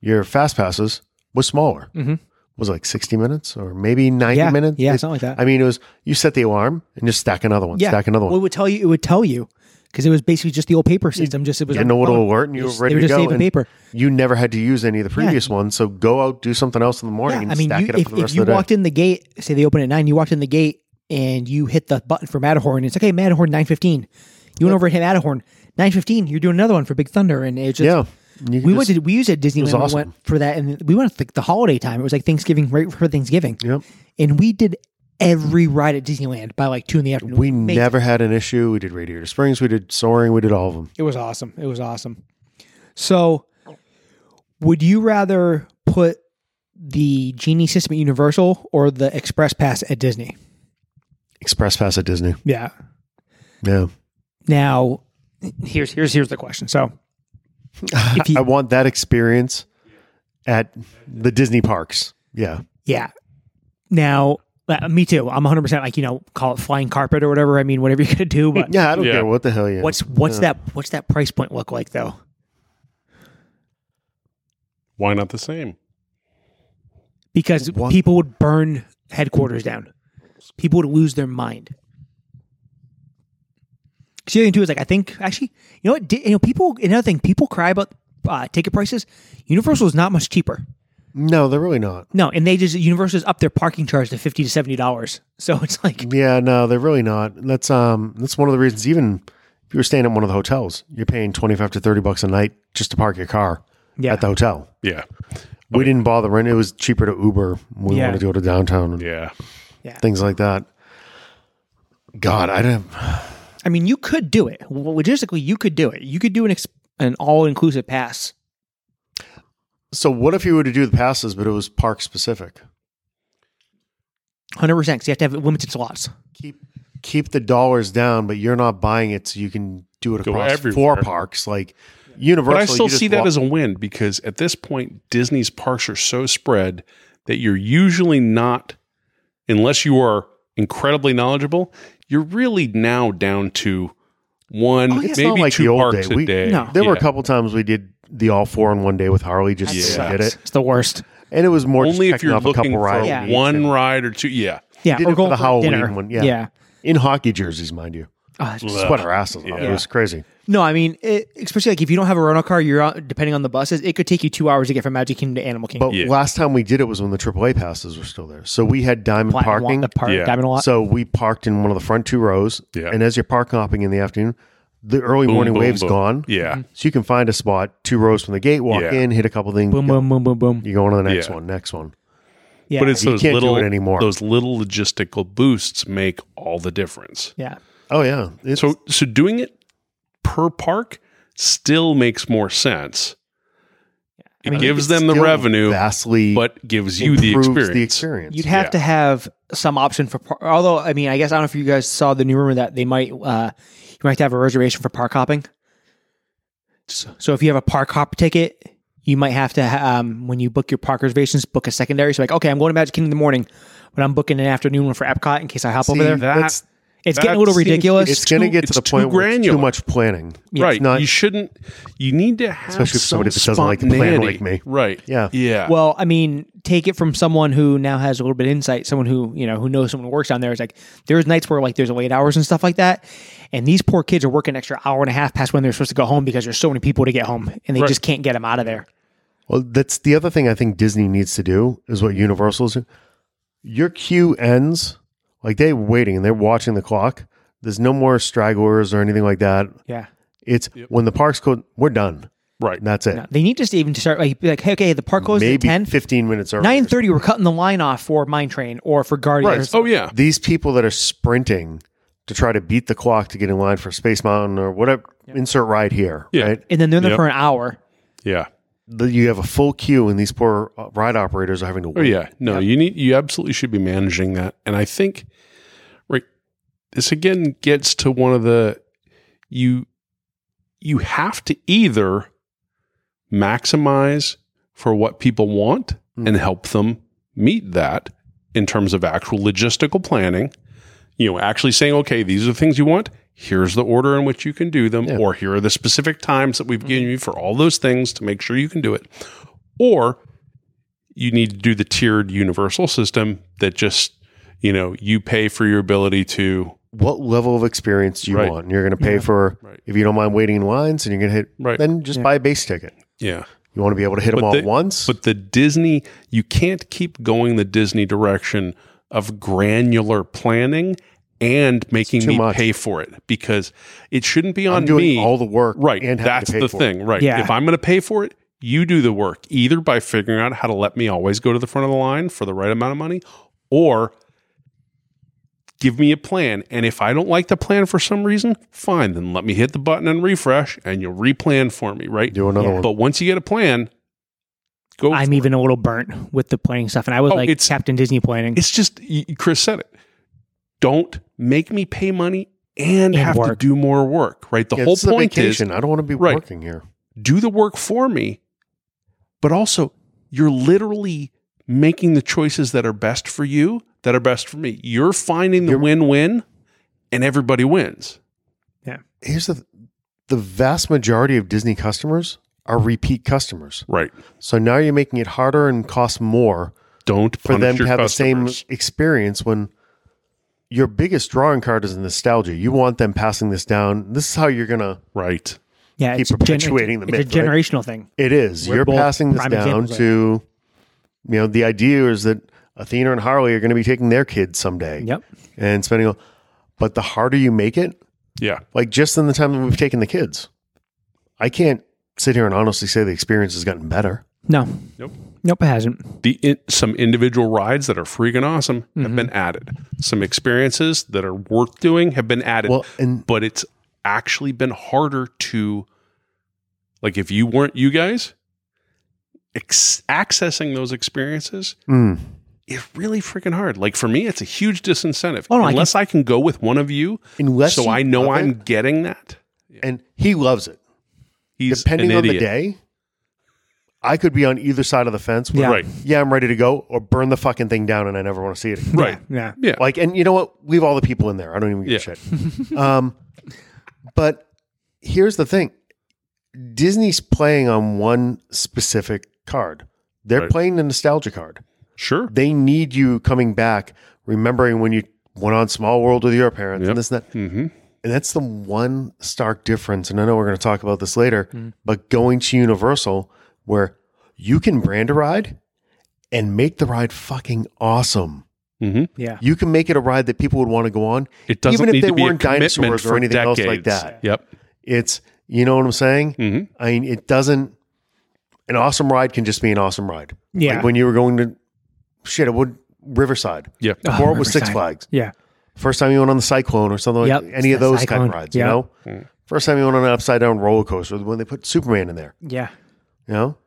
your fast passes was smaller. Mhm. Was like sixty minutes or maybe ninety yeah, minutes. Yeah, It's- something like that. I mean, it was you set the alarm and just stack another one, yeah. stack another one. Well, it would tell you, it would tell you because it was basically just the old paper system. Just it was and a little alert, and you were they ready were to just go. saving and paper. You never had to use any of the previous ones, so go out, do something else in the morning, Yeah, and I mean, stack you, it up if, for the if rest you of the day. walked in the gate, say they open at nine, you walked in the gate and you hit the button for Matterhorn. It's like, hey, Matterhorn nine fifteen. You went over and hit Matterhorn nine fifteen. You're doing another one for Big Thunder, and it just yeah, you We could went just- to we used it at Disneyland. awesome. We went for that, and we went at the, the holiday time. It was like Thanksgiving, right for Thanksgiving. Yep. And we did every ride at Disneyland by like two in the afternoon. We Amazing. never had an issue. We did Radiator Springs, we did Soaring, we did all of them. It was awesome. It was awesome. So, would you rather put the genie system at Universal or the Express Pass at Disney? Express Pass at Disney. Yeah. Yeah, Now, here's here's here's the question. So, if I you, want that experience at the Disney parks. Yeah, yeah. Now, uh, me too. I'm 100 percent like you know call it flying carpet or whatever. I mean, whatever you're gonna do, but <laughs> yeah. I don't Yeah. care what the hell you. What's what's that what's that price point look like though? Why not the same? Because What? people would burn headquarters down. People would lose their mind. 'Cause the other thing too is like I think actually you know what di- you know people another thing people cry about uh, ticket prices. Universal is not much cheaper. no, they're really not. No, and they just Universal's up their parking charge to fifty to seventy dollars. <laughs> So it's like Yeah, no, they're really not. And That's um, that's one of the reasons. Even if you were staying at one of the hotels, you're paying twenty five to thirty bucks a night just to park your car yeah, at the hotel. Yeah. We didn't bother rent. It was cheaper to Uber. We Yeah. wanted to go to downtown and Yeah. things like that. God, I didn't. I mean you could do it Well, logistically. You could do it. You could do an ex- an all inclusive pass. So, what if you were to do the passes, but it was park specific? Hundred percent, because you have to have limited slots. Keep keep the dollars down, but you're not buying it, so you can do it Go across four everywhere. parks, like Universal. But I you still just see that walk- as a win because at this point, Disney's parks are so spread that you're usually not, unless you are incredibly knowledgeable, you're really now down to one, Oh, yeah, it's not maybe like the two old parks day. a We- day. No. There were a Yeah. couple times we did the all four in one day with Harley just That to Yeah. get sucks. it, It's the worst. and it was more just Only if checking you're off a looking couple for rides. Yeah. one ride or two. Yeah. Yeah, Did or it for going the for Halloween dinner. one, yeah. yeah. in hockey jerseys, mind you, Oh, it's just- sweat our asses off. It Yeah. was crazy. no, I mean, it, especially like if you don't have a rental car, you're out, depending on the buses. It could take you two hours to get from Magic Kingdom to Animal Kingdom. But Yeah. last time we did it was when the AAA passes were still there, so we had diamond Platinum lot- parking. the park, Yeah. Diamond lot. So we parked in one of the front two rows. Yeah. And as you're park hopping in the afternoon, the early morning boom, wave's boom. gone. Yeah. Mm-hmm. So you can find a spot two rows from the gate, walk Yeah. in, hit a couple things. boom, go. boom, boom, boom, boom. You go on to the next Yeah. one, next one. Yeah, But it's You those can't do little it anymore. Those little logistical boosts make all the difference. yeah, Oh, yeah. It's, So so doing it per park still makes more sense. It I mean, you gives could them the still revenue, vastly but gives you the improves experience. The experience. you'd have Yeah. to have some option for. Par- although, I mean, I guess I don't know if you guys saw the new rumor that they might uh, you might have to have a reservation for park hopping. So, so if you have a park hop ticket, you might have to ha- um, when you book your park reservations, book a secondary. So like, okay, I'm going to Magic Kingdom in the morning, but I'm booking an afternoon one for Epcot in case I hop over there. that- that's- It's getting a that little seems- ridiculous. it's going to too- get to the it's point too where it's too granular. much planning. right. not- you shouldn't. You need to have Especially if some somebody that doesn't like to plan spontaneity. like me. Right. Yeah. Yeah. Well, I mean, take it from someone who now has a little bit of insight, someone who, you know, who knows someone who works down there. It's like there's nights where like there's late hours and stuff like that. And these poor kids are working an extra hour and a half past when they're supposed to go home because there's so many people to get home and they just can't get them out of there. Well, that's the other thing I think Disney needs to do is what Universal's. do. Your queue ends like they're waiting and they're watching the clock. There's no more stragglers or anything like that. Yeah. It's when the parks go, we're done. right. And that's it. They need to even start like be like, hey, okay, the park closes Maybe at 10. 15 minutes earlier. 9.30, we're cutting the line off for Mine Train or for Guardians. Oh yeah. These people that are sprinting to try to beat the clock to get in line for Space Mountain or whatever, insert ride here, Yeah. right? And then they're there Yep. for an hour. Yeah. The, you have a full queue and these poor uh, ride operators are having to Oh wait. yeah. No, you need you absolutely should be managing that. And I think right this again gets to one of the you you have to either maximize for what people want and help them meet that in terms of actual logistical planning, you know, actually saying, okay, these are the things you want. Here's the order in which you can do them, or here are the specific times that we've given you for all those things to make sure you can do it. Or you need to do the tiered universal system that just, you know, you pay for your ability to What level of experience do you Right. want? And you're going to pay for, Right. if you don't mind waiting in lines and you're going to hit, Right. then just buy a base ticket. Yeah. You want to be able to hit them all the- at once? But the Disney, you can't keep going the Disney direction of granular planning and making too me much. pay for it because it shouldn't be on I'm doing me. all the work. right. And having That's to pay the for it. thing. Right. Yeah. If I'm going to pay for it, you do the work either by figuring out how to let me always go to the front of the line for the right amount of money or give me a plan. And if I don't like the plan for some reason, fine, then let me hit the button and refresh and you'll replan for me. Right. Do another Yeah. one. But once you get a plan, go. I'm even a little burnt with the planning stuff, and I was Oh, like it's- Captain Disney planning. It's just y- y- Chris said it. Don't make me pay money and, And have work. to do more work. Right. The Yeah, whole this is a point is vacation. I don't want to be Right. working here. do the work for me, but also you're literally making the choices that are best for you, that are best for me. You're finding the You're- win-win, and everybody wins. Here's the the vast majority of Disney customers are repeat customers. Right. So now you're making it harder and cost more Don't for punish them your to have the customers. same experience when your biggest drawing card is nostalgia. You want them passing this down. This is how you're gonna. Right. yeah, keep it's a gen- perpetuating it's, It's the a myth, right? generational thing. It is. We're you're both passing this prime down examples of to, you know, the idea is that Athena and Harley are going to be taking their kids someday Yep. and spending. All, but the harder you make it, Yeah. like just in the time that we've taken the kids, I can't sit here and honestly say the experience has gotten better. No. Nope. Nope. It hasn't. the in, some individual rides that are freaking awesome Mm-hmm. have been added. Some experiences that are worth doing have been added. Well, and but it's actually been harder to like if you weren't you guys ex- accessing those experiences mm, is really freaking hard. Like for me, it's a huge disincentive. Oh, no, I Unless I can, go with one of you, unless so you I know love I'm it, getting that. and he loves it. He's Depending an on the idiot. day, I could be on either side of the fence. Where, Yeah. Right. yeah, I'm ready to go, or burn the fucking thing down, and I never want to see it. Again. Right. Yeah. Yeah. Like, and you know what? Leave all the people in there. I don't even give Yeah. a shit. <laughs> um, but here's the thing: Disney's playing on one specific card. They're Right. playing the nostalgia card. Sure. They need you coming back, remembering when you went on Small World with your parents Yep. and this and that. Mm-hmm. And that's the one stark difference. And I know we're going to talk about this later, Mm-hmm. but going to Universal, where you can brand a ride and make the ride fucking awesome. Mm-hmm. Yeah. You can make it a ride that people would want to go on. It doesn't Even if need they to be weren't a commitment dinosaurs or for anything else like decades. that. Yep. It's, you know what I'm saying? Mm-hmm. I mean, it doesn't, an awesome ride can just be an awesome ride. Yeah. Like when you were going to, shit, I would, Riverside, Yeah. Oh, or it was Six Riverside. Flags. Yeah. First time you went on the Cyclone or something Yep. like any of The those Cyclone. kind of rides, Yeah. you know? First time you went on an upside down roller coaster when they put Superman in there, Yeah. you know?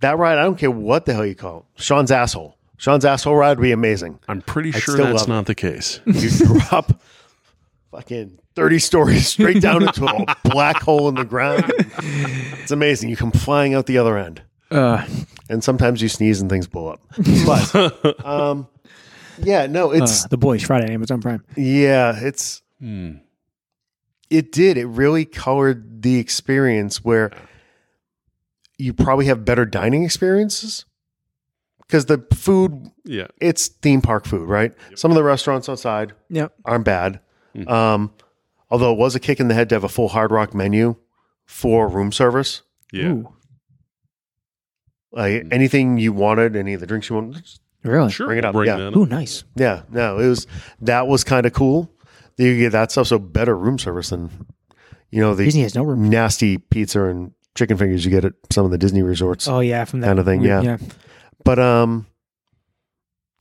That ride, I don't care what the hell you call it. Sean's asshole. Sean's asshole ride would be amazing. I'm pretty I'd sure still that's love it. not <laughs> the case. You drop fucking 30 stories straight down into a <laughs> black hole in the ground. It's amazing. You come flying out the other end. Uh, And sometimes you sneeze and things blow up. <laughs> But um, yeah, no, it's uh, the boys Friday Amazon Prime. Yeah, it's Hmm. it did. It really colored the experience where you probably have better dining experiences because the food Yeah. it's theme park food, right? Some of the restaurants outside Yep. aren't bad. Um, although it was a kick in the head to have a full Hard Rock menu for room service, Yeah. Ooh, like anything you wanted, any of the drinks you wanted, really? Sure. Bring it up, yeah. that up. Ooh, nice. Yeah, no, it was that was kind of cool. that You get that stuff, so better room service than you know Disney the has no room. nasty pizza and chicken fingers you get at some of the Disney resorts. Oh yeah, from that Kind of thing, yeah. Yeah. But um,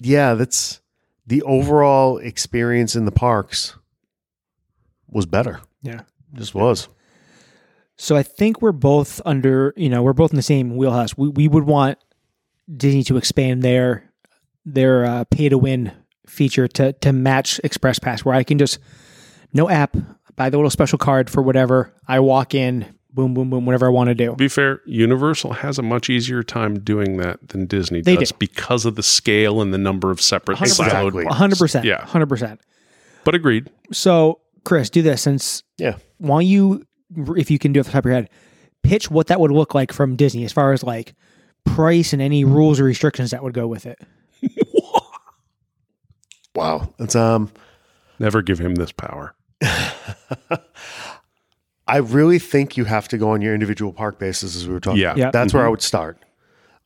yeah, that's the overall experience in the parks was better. Yeah. Just was. So I think we're both under, you know, we're both in the same wheelhouse. We we would want Disney to expand their their uh, pay to win feature to to match Express Pass, where I can just no app, buy the little special card for whatever. I walk in, boom, boom, boom, whatever I want to do. To be fair, Universal has a much easier time doing that than Disney They does do. because of the scale and the number of separate 100%. siloed Exactly. ones. 100%. Yeah. 100%. But agreed. So, Chris, do this since Yeah. why don't you, if you can do it off the top of your head, pitch what that would look like from Disney as far as like price and any rules or restrictions that would go with it. Wow. It's um Never give him this power. I really think you have to go on your individual park basis as we were talking. Yeah. Mm-hmm. about. Yeah. That's where I would start.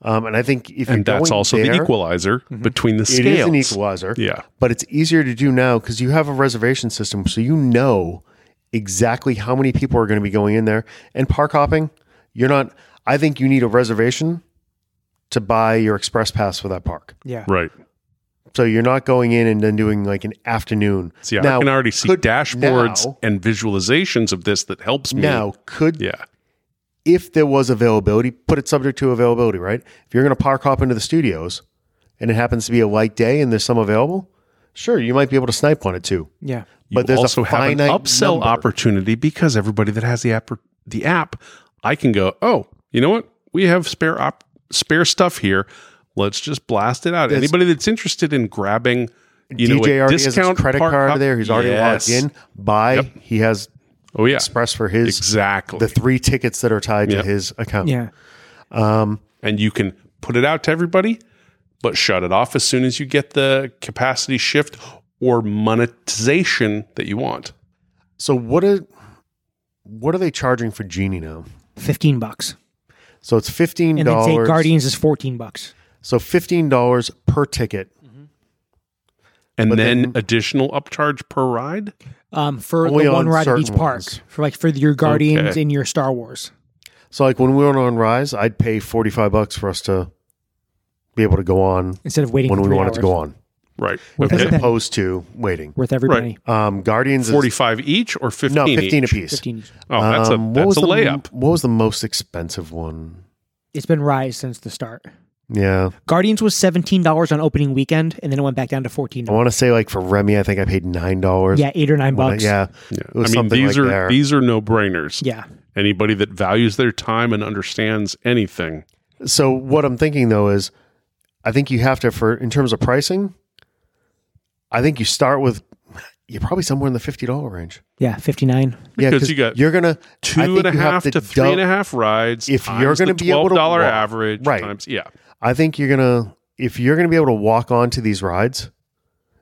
Um, and I think if And you're that's going also the there, mm-hmm. equalizer between the It scales. is an equalizer. Yeah. But it's easier to do now because you have a reservation system, so you know exactly how many people are going to be going in there. And park hopping, you're not. I think you need a reservation to buy your express pass for that park. Yeah. Right. So you're not going in and then doing like an afternoon. See, I Now, can already see could- dashboards now- and visualizations of this that helps me. Now, could Yeah. if there was availability, put it subject to availability, right? If you're going to park hop into the studios and it happens to be a light day and there's some available, sure, you might be able to snipe one or two. Yeah. But there's a also have an finite upsell number. opportunity because everybody that has the app, the app, I can go. Oh, you know what? We have spare op, spare stuff here. Let's just blast it out. Anybody that's interested in grabbing, you know, DJ a already has discount his credit park card hop- there. He's already Yes. logged in. Buy. He has Oh yeah, Express for his exactly. the three tickets that are tied Yeah. to his account. Yeah. and you can put it out to everybody, but shut it off as soon as you get the capacity shift or monetization that you want. So what are what are they charging for Genie now? 15 bucks. So it's fifteen And then say dollars. Guardians is 14 bucks. So fifteen dollars per ticket. And But then, then- additional upcharge per ride. Um, for Only the one on ride at each certain park, ones. for like for your Guardians Okay. and your Star Wars. So like when we went on Rise, I'd pay forty five bucks for us to be able to go on instead of waiting when for we three wanted hours. to go on, Right. With Okay. as Okay. opposed to waiting. Worth every Right. penny. Um, Guardians is, 45 each or 15 no fifteen each? apiece. 15. Oh, that's a, Um, that's a the layup. What was the most expensive one? It's been rise since the start. Yeah, Guardians was seventeen dollars on opening weekend, and then it went back down to fourteen. I want to say like for Remy, I think I paid nine dollars. Yeah, eight or nine When I- bucks. yeah, Yeah. It was I mean, something these like are there. these are no brainers. yeah, Anybody that values their time and understands anything, So what I'm thinking though is, I think you have to for in terms of pricing. I think you start with you're probably somewhere in the fifty dollar range. yeah. Fifty nine. Yeah, Because you got you're gonna I two think and a you have half to dou- three and a half rides. If you're going gonna to be able to dollar walk- average, right. Times, yeah, I think you're gonna if you're gonna be able to walk onto these rides,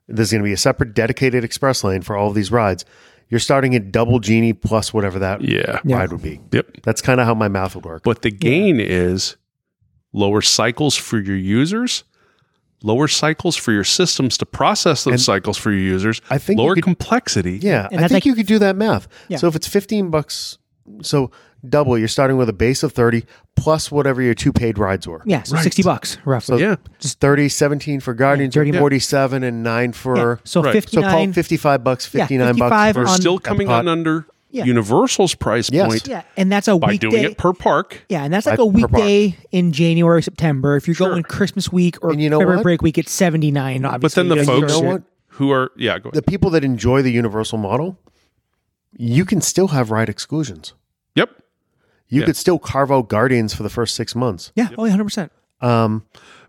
there's gonna be a separate dedicated express lane for all of these rides. You're starting at double genie plus whatever that yeah, Yeah. ride would be. yep. That's kind of how my math would work. But the gain is lower cycles for your users, lower cycles for your systems to process those And cycles for your users, I think you lower could- complexity. Yeah, And I that's think like- you could do that math. Yeah. So if it's 15 bucks, so double, you're starting with a base of 30 plus whatever your two paid rides were. Yeah, so Right. sixty bucks roughly. Yeah. It's 30, 17 for Guardians, 30 more. 47 and 9 for So Right. So fifty so call nine. it 55 bucks, 59 55 bucks. For, We're on- still coming Epcot. on under Yeah. Universal's price Yes. point yeah, and that's a by weekday. doing it per park. yeah, and that's like By- a per park. weekday in January, September. If you're going Christmas week or And you know February what? break week, it's seventy nine. But Obviously, then the That's folks bullshit. know what? who are yeah, go ahead. the people that enjoy the universal model, you can still have ride exclusions. yep. You could still carve out Guardians for the first six months. yeah, only hundred percent. Um,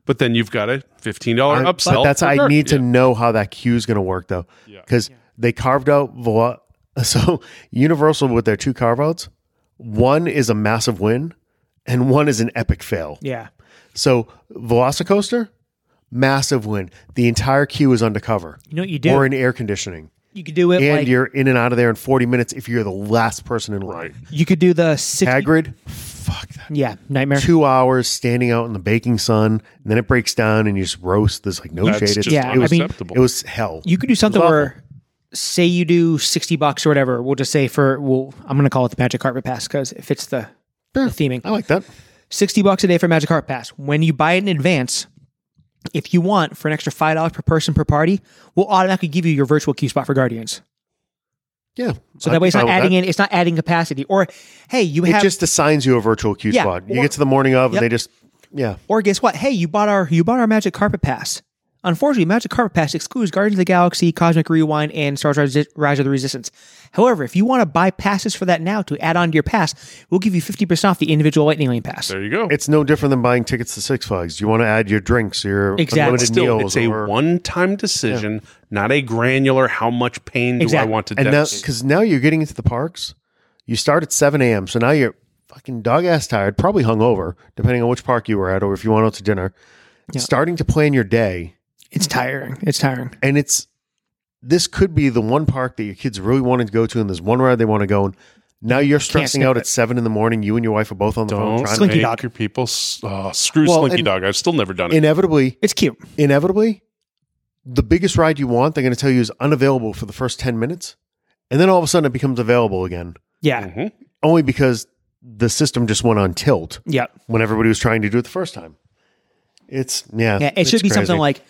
But then you've got a fifteen dollar I- upsell. But that's for I Guardian. need to know how that queue is going to work though, because they carved out Velo- <laughs> so Universal with their two carve outs. One is a massive win, and one is an epic fail. Yeah, So Velocicoaster, massive win. The entire queue is undercover you know what you do? or in air conditioning, you could do it and like you're in and out of there in 40 minutes if you're the last person in line. you could do the six. Hagrid, fuck that. yeah, nightmare. Two hours standing out in the baking sun, and then it breaks down, and you just roast. There's like no That's shade. It's- just Yeah, I mean- unacceptable. it was hell. You could do something awful. where, say, you do sixty bucks or whatever. We'll just say for well, I'm going to call it the Magic Carpet Pass because it fits the, the theming. I like that. Sixty bucks a day for Magic Carpet Pass. When you buy it in advance, if you want for an extra five dollars per person per party, we'll automatically give you your virtual queue spot for Guardians. Yeah. So that way, it's Oh, not adding in, it's not adding capacity. Or hey, you It have, just assigns you a virtual queue Yeah, spot. You or- get to the morning of, Yep. and they just yeah. or guess what? Hey, you bought our you bought our Magic Carpet Pass. Unfortunately, Magic Carpet Pass excludes Guardians of the Galaxy, Cosmic Rewind, and Star Wars Rise of the Resistance. However, if you want to buy passes for that now to add on to your pass, we'll give you 50% off the individual Lightning Lane pass. There you go. It's no different than buying tickets to Six Flags. You want to add your drinks, your Exactly. unlimited Still, meals, it's a or- one-time decision, not a granular. How much pain do Exactly. I want to and now dedicate? because now you're getting into the parks. You start at seven a.m., so now you're fucking dog ass tired, probably hungover, depending on which park you were at, or if you went out to dinner. Starting to plan your day, It's tiring. It's tiring. and it's this could be the one park that your kids really wanted to go to, and there's one ride they want to go, and now you're stressing skip out it. at seven in the morning. You and your wife are both on the phone. Don't Trying Slinky make Dog. your people s- oh, screw Well, Slinky and- Dog. I've still never done to, it. inevitably, It's cute. inevitably, the biggest ride you want, they're going to tell you is unavailable for the first 10 minutes. And then all of a sudden it becomes available again, Yeah. Mhm. only because the system just went on tilt Yeah. when everybody was trying to do it the first time. It's, yeah. Yeah. It it's should be something crazy. like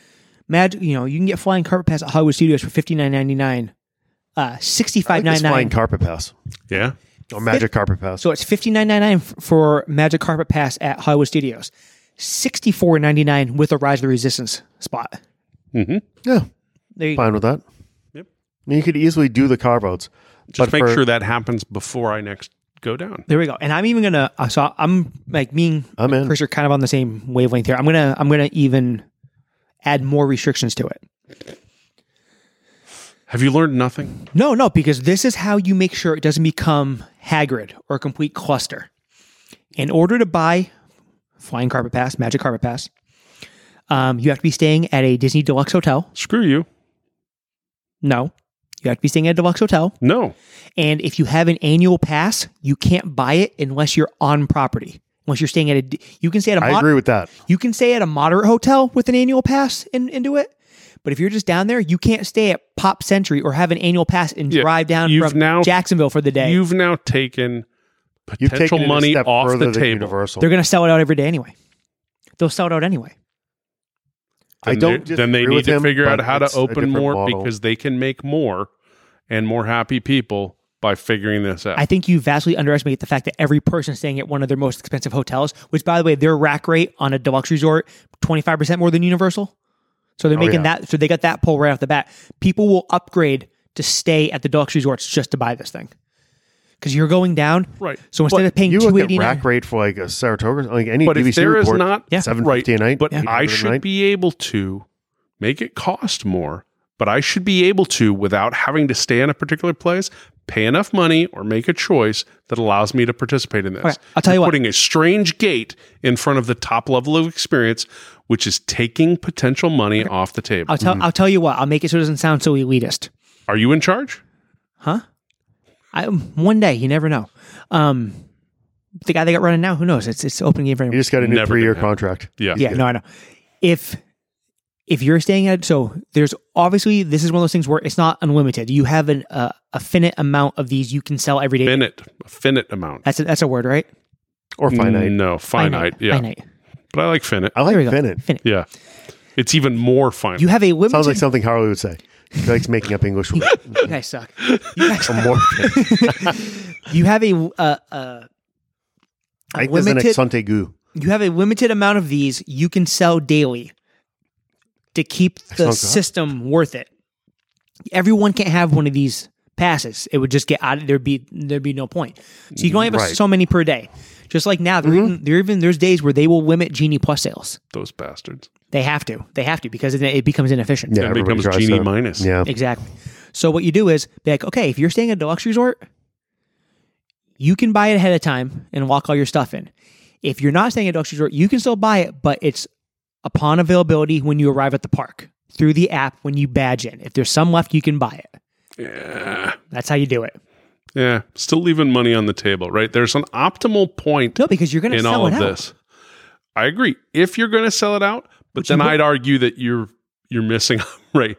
Magic, you know, you can get Flying Carpet Pass at Hollywood Studios for $59.99. Uh, I like this flying $65.99. carpet pass Yeah. or magic carpet pass. So it's fifty nine ninety nine for Magic Carpet Pass at Hollywood Studios, sixty four ninety nine with a Rise of the Resistance spot. yeah, There you fine with that. Yep. I mean, you could easily do the carve outs. Just But make for- sure that happens before I next go down. There we go. And I'm even gonna. I saw. I'm like me and I'm in. Chris are kind of on the same wavelength here. I'm gonna. I'm gonna even add more restrictions to it. Have you learned nothing? No, no, because this is how you make sure it doesn't become Hagrid or a complete cluster. In order to buy Flying Carpet Pass, Magic Carpet Pass, um, you have to be staying at a Disney Deluxe Hotel. Screw you. No, you have to be staying at a Deluxe Hotel. No. And if you have an annual pass, you can't buy it unless you're on property. Unless you're staying at a, you can stay at a. I mod- agree with that. You can stay at a moderate hotel with an annual pass and, and do it. But if you're just down there, you can't stay at Pop Century or have an annual pass and Yeah, drive down you've from now- Jacksonville for the day. You've now taken You've taken potential it a money step off further the than table. Universal. They're going to sell it out every day anyway. They'll sell it out anyway. I Then they- don't Then they disagree need with to him, figure out but how to it's a open different more model. because they can make more and more happy people by figuring this out. I think you vastly underestimate the fact that every person staying at one of their most expensive hotels, which by the way, their rack rate on a deluxe resort, 25% more than Universal. So Oh, they're making that, so they got that pull right off the bat. People will upgrade to stay at the deluxe resorts just to buy this thing. Because you're going down. Right. So instead of paying You two look at eighty nine, rack rate for like a Saratoga, like any but DVC if there is report, not Yeah. seven right, fifty a night. but eight I hundred a should night. be able to make it cost more. But I should be able to, without having to stay in a particular place, pay enough money or make a choice that allows me to participate in this. right, I'll tell you You're what. putting a strange gate in front of the top level of experience, which is taking potential money off the table. I'll tell Mm-hmm. I'll tell you what, I'll make it so it doesn't sound so elitist. Are you in charge? I one day, you never know. Um the guy they got running now, who knows? It's it's open game for him. You just got a new Never three year gonna happen. contract. Yeah. yeah, no, I know. If if you're staying at so there's obviously this is one of those things where it's not unlimited. You have an uh, a finite amount of these you can sell every day. Finite, a finite amount. that's a, that's a word, right? Or finite. No, finite. Yeah. finite. But I like finite. I like There we go. Bennett. Finite. Yeah. It's even more finite. You have a limited. <laughs> Sounds like something Harley would say. He likes making up English words. you guys suck. You, guys, Or more. you have a uh, uh, I think there's an Limited- exante goo. you have a limited amount of these you can sell daily to keep the Excellent. system worth it. Everyone can't have one of these passes. It would just get out of there'd be there'd be no point. So you can only have Right. Mm-hmm. so many per day. Just like now, they're, even, they're even there's days where they will limit Genie Plus sales. Those bastards. They have to. They have to because it, it becomes inefficient. Yeah, That everybody becomes drives genie that. minus. Yeah. Exactly. So what you do is be like, okay, if you're staying at a deluxe resort, you can buy it ahead of time and lock all your stuff in. If you're not staying at a deluxe resort, you can still buy it, but it's upon availability when you arrive at the park through the app when you badge in. If there's some left, you can buy it. Yeah. That's how you do it. Yeah. Still leaving money on the table, right? There's an optimal point No, because you're going to in sell all it of out. this. I agree. If you're going to sell it out, but then I'd argue that you're you're missing <laughs> right.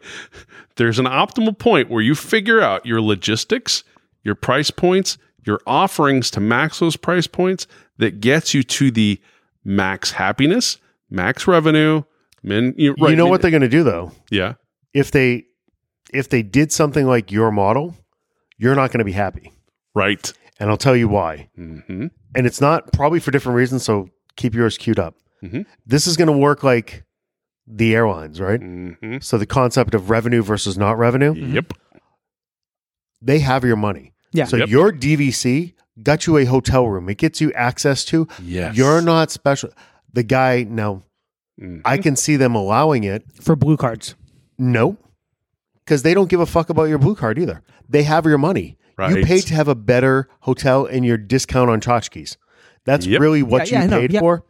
There's an optimal point where you figure out your logistics, your price points, your offerings to max those price points that gets you to the max happiness, max revenue, min you, right, you know min- what they're going to do though? Yeah. If they if they did something like your model, you're not going to be happy, Right. and I'll tell you why. hmm and it's not probably for different reasons. So keep yours queued up. Mhm. This is going to work like the airlines, right? Mm-hmm. So the concept of revenue versus not revenue, Yep. they have your money. Yeah. So Yep. your DVC got you a hotel room. It gets you access to. Yes. You're not special. The guy, now Mm. I can see them allowing it. for blue cards. No, because they don't give a fuck about your blue card either. They have your money. You Right. pay to have a better hotel and your discount on tchotchkes. That's Yep. really what Yeah, yeah, I you know. paid Yep. for.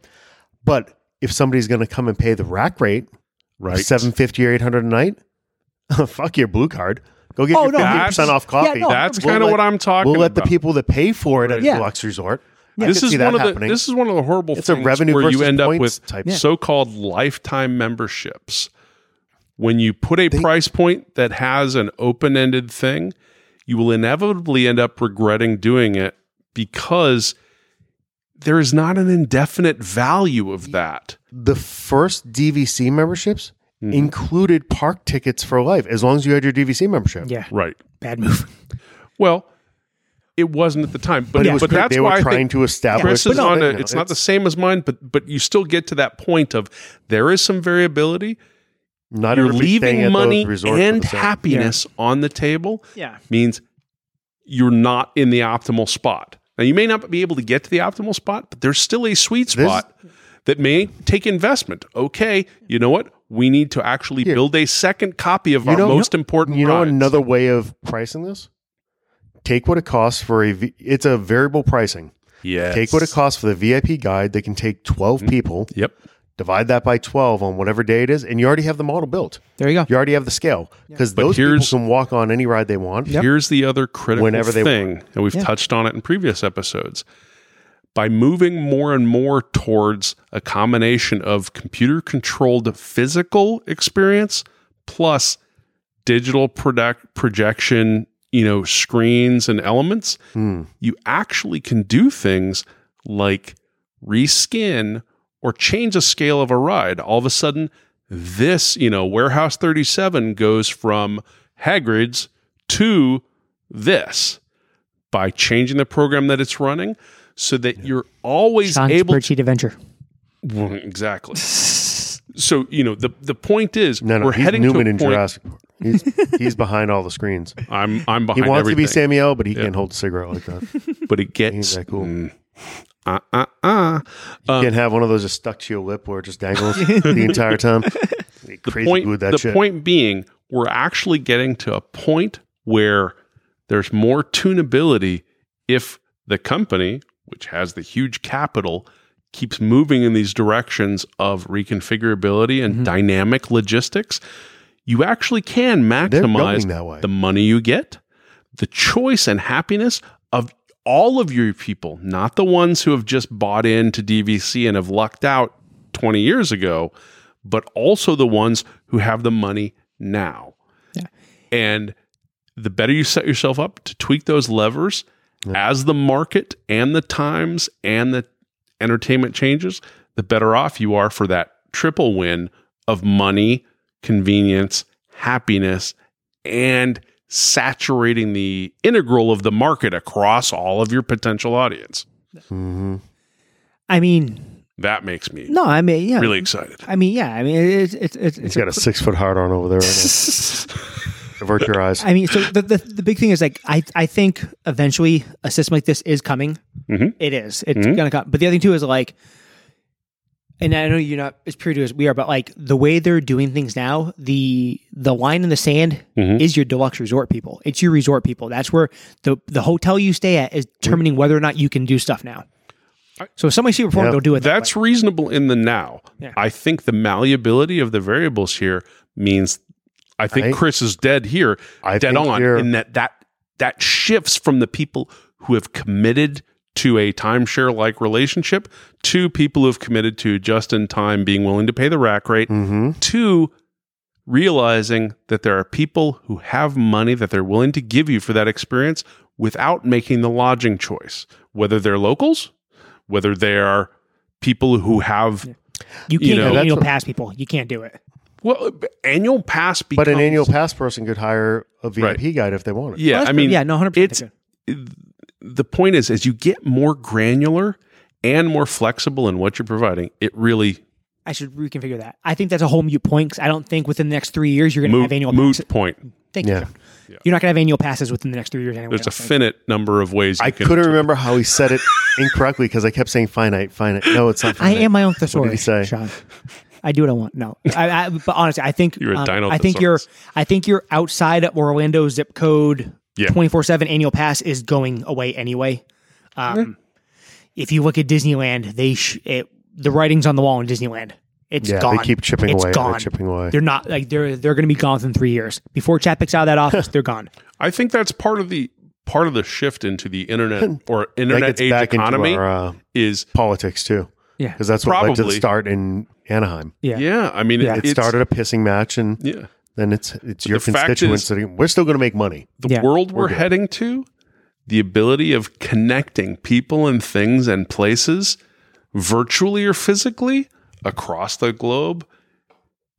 But if somebody's going to come and pay the rack rate, Right. seven fifty or eight hundred a night, <laughs> fuck your blue card. Go get Oh, your no, fifty percent off coffee. yeah, no, That's We'll kind of let- what I'm talking we'll let the about. people that pay for it at Yeah. the Lux Resort. I this could is see one that of the happening. this is one of the horrible It's a things revenue where you versus end up points with type. so-called lifetime memberships. When you put a price point that has an open-ended thing, you will inevitably end up regretting doing it because there is not an indefinite value of that. the first DVC memberships Mhm. included park tickets for life as long as you had your DVC membership. Yeah, Right. bad move. Well, it wasn't at the time, but But, but, it was clear that's they why were I think trying to establish. Chris this is on thing a, now. it's, not the same as mine, but but you still get to that point of there is some variability. Not You're everybody's staying at leaving those money resorts for and the same. happiness on the table <laughs> Yeah, means you're not in the optimal spot. Now you may not be able to get to the optimal spot, but there's still a sweet This- spot that may take investment. Okay, you know what? We need to actually build a second copy of our know- most important. You know rides. another way of pricing this? Take what it costs for a v- it's a variable pricing. yes. Mm-hmm. Take what it costs for the VIP guide. They can take 12 people, Yep. divide that by 12 on whatever day it is, and you already have the model built. there you go. You already have the scale because But those people here's- can walk on any ride they want. Here's the other critical Whenever they thing, and we've touched on it in previous episodes. By moving more and more towards a combination of computer controlled physical experience plus digital product projection, you know, screens and elements, you actually can do things like reskin or change the scale of a ride. All of a sudden, this, you know, Warehouse 37 goes from Hagrid's to this by changing the program that it's running so that you're always Sean's able spreadsheet adventure. Well, exactly. So, you know, the the point is No, no, we're he's heading Newman to a in point Jurassic Park. He's, <laughs> he's behind all the screens. I'm I'm He behind wants everything. to be Samuel, but he can't hold a cigarette like that. <laughs> You <laughs> but it gets Ain't that cool? Mm. uh uh uh can't have one of those just stuck to your lip where it just dangles <laughs> the entire time. They crazy point, glued that the shit. point being, we're actually getting to a point where there's more tunability if the company, which has the huge capital, keeps moving in these directions of reconfigurability Mm-hmm. and dynamic logistics. You actually can They're maximize going that way. the money you get, the choice and happiness of all of your people, not the ones who have just bought into DVC and have lucked out 20 years ago, but also the ones who have the money now. Yeah. And the better you set yourself up to tweak those levers as the market and the times and the entertainment changes, the better off you are for that triple win of money, convenience, happiness, and saturating the integral of the market across all of your potential audience. Mhm. I mean, That makes me no, I mean, yeah, really <laughs> excited. I mean, yeah, I mean, it's it's it's, He's it's <laughs> got a six foot hard on over there right now. Divert your eyes. I mean, so the, the the big thing is like I I think eventually a system like this is coming. Mhm. It is. It's gonna come. But the other thing too is like, and I know you're not as pure to as we are, but like the way they're doing things now, the the line in the sand is your deluxe resort people. It's your resort people. That's where the the hotel you stay at is determining whether or not you can do stuff now. So if somebody see reform, Yeah. they'll do it. that That's reasonable in the now. Yeah. I think the malleability of the variables here means I think I- Chris is dead here, I dead think on, you're- in that that that shifts from the people who have committed to a timeshare like relationship to people who have committed to just in time being willing to pay the rack rate Mm-hmm. to realizing that there are people who have money that they're willing to give you for that experience without making the lodging choice, whether they're locals, whether they are people who have you you can't know, go that's annual what- pass people. You can't do it. well annual pass becomes, But an annual pass person could hire a VIP guide if they wanted. yeah Well, that's i pretty- mean yeah, no, 100%. it's the point is as you get more granular and more flexible in what you're providing it really I should reconfigure that. I think that's a whole mute point 'cause I don't think within the next three years you're going to Moot, have annual moot passes. point. Thank you. Yeah. John. You're not going to have annual passes within the next three years anyway. There's I a don't think. finite number of ways. You I can couldn't remember how he said <laughs> it incorrectly because I kept saying finite, finite. No, it's not I finite. am my own he thesaurus. say? Sean. I do what I want. No, I, I, but honestly, I think You're a um, dino I think you're. thesaurus. I think you're outside of Orlando zip code. Yeah. Twenty four seven annual pass is going away anyway. Um, If you look at Disneyland, they sh- it, the writing's on the wall in Disneyland. It's Yeah, gone. they keep chipping It's away. They're Gone. chipping away. They're not like they're they're going to be gone within three years. Before Chat picks <laughs> out of that office, they're gone. I think that's part of the part of the shift into the internet or Hmm. That internet gets age back economy into our uh, is politics too, Yeah, because that's what led to the Probably. start in Anaheim. Yeah. yeah. I mean, Yeah. It it's- started a pissing match, and Yeah, then it's it's your fact constituents. is- that are- we're still going to make money. the Yeah. world we're heading to, the ability of connecting people and things and places, virtually or physically, across the globe,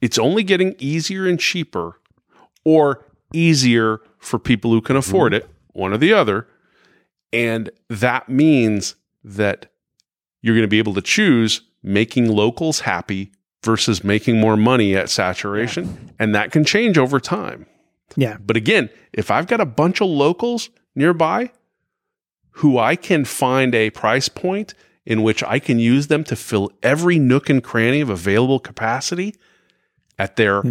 it's only getting easier and cheaper, or easier for people who can afford Mm-hmm. it, one or the other, and that means that you're going to be able to choose making locals happy versus making more money at saturation and that can change over time yeah, but again, if I've got a bunch of locals nearby who I can find a price point in which I can use them to fill every nook and cranny of available capacity at their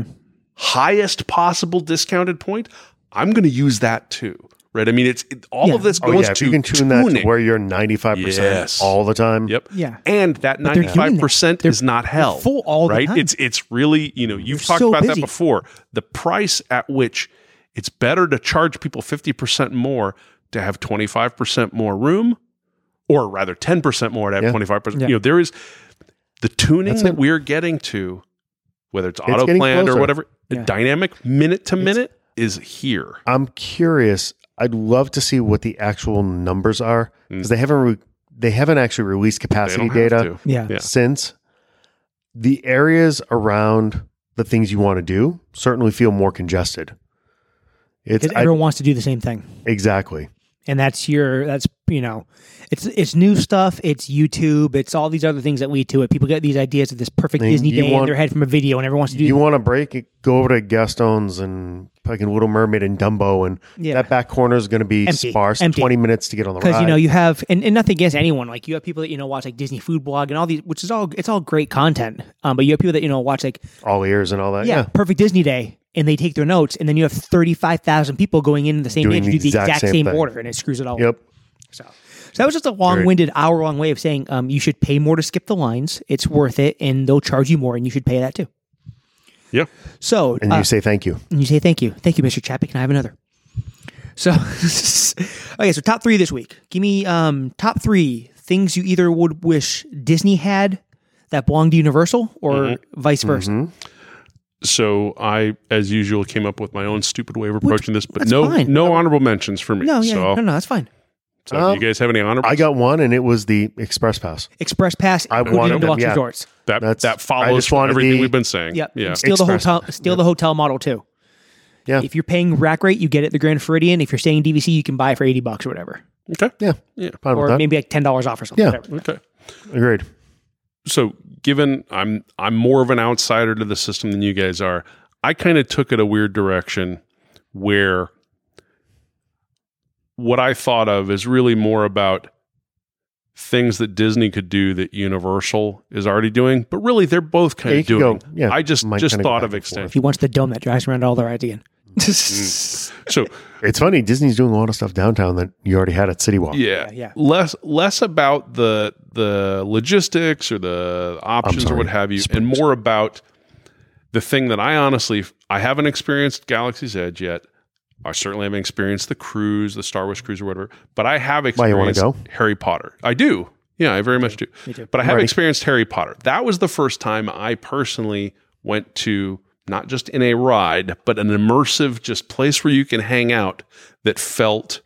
highest possible discounted point, I'm going to use that too. Right? I mean, it's it, all Yeah. of this Oh goes yeah, if to you can tune that to tuning. where you're 95 percent Yes. all the time. Yep. yeah. And that they're ninety doing that. five percent is not hell. full all the right? time. It's it's really you know you've They're talked so about busy. that before. The price at which it's better to charge people fifty percent more to have twenty five percent more room, or rather ten percent more to have Yeah. twenty five percent. Yeah. You know there is the tuning That's that it. we're getting to, whether it's, auto getting planned or closer. whatever, the Yeah. dynamic minute to minute is here. I'm curious. I'd love to see what the actual numbers are because they haven't re- they haven't actually released Hmm. They capacity don't data. have to. Yeah. Yeah. since the areas around the things you want to do certainly feel more congested. It's Because I- everyone wants to do the same thing. exactly and that's your that's you know it's it's new stuff it's youtube it's all these other things that lead to it people get these ideas of this perfect mean, disney you day in want- their head from a video and everyone wants to do you want to break it. Go over to Gaston's and fucking Little Mermaid and Dumbo, and Yeah. that back corner is going to be Empty. sparse. Empty. Twenty minutes to get on the because ride. you know you have and, and nothing against anyone like you have people that you know watch like disney food blog and all these which is all it's all great content um but you have people that you know watch like all ears and all that. yeah, Yeah, perfect disney day and they take their notes and then you have 35,000 people going in the same Doing day to the do the exact exact, same same, thing. order and it screws it all up. yep. So, so that was just a long-winded, hour-long way of saying um, you should pay more to skip the lines. It's worth it, and they'll charge you more, and you should pay that too. Yeah. So, And uh, you say thank you. and you say thank you, thank you, Mister Chappick, and I have another. So, <laughs> okay, so top three this week. Give me um, top three things you either would wish Disney had that belonged to Universal, or Mm-hmm. vice versa. so I, as usual, came up with my own stupid way of approaching this, but that's no, fine. no honorable mentions for me. No, yeah, so, no, no, that's fine. so do you guys have any honorable? I got one, and it was the Express Pass. Express Pass, I including wanted them, deluxe yeah. resorts. that That's- that I follows just from wanted everything the- we've been saying. Yep. Yeah. And steal the Express. hotel. Steal the hotel model too. Yeah. If you're paying rack rate, you get it at the Grand Floridian. If you're staying in DVC, you can buy it for eighty bucks or whatever, Okay. Yeah, Yeah. Fine with or that. maybe like ten dollars off or something. Yeah. Whatever. Okay. Agreed. So given I'm I'm more of an outsider to the system than you guys are, I kind of took it a weird direction where what I thought of is really more about things that Disney could do that Universal is already doing, but really they're both kind Yeah, you of could doing. go- yeah, I just might just kinda go thought back of and extension. If you watch the dome that drives around all the rides again, <laughs> So It's funny. Disney's doing a lot of stuff downtown that you already had at City Walk. yeah, yeah. less less about the the logistics or the options or sorry. what have you, and more about the thing that I honestly I haven't experienced Galaxy's Edge yet. I certainly haven't experienced the cruise, the Star Wars cruise or whatever, but I have you wanna experienced go? Harry Potter. I do. Yeah, I very much do. Me too. But I have Alrighty. experienced Harry Potter. That was the first time I personally went to not just in a ride, but an immersive just place where you can hang out that felt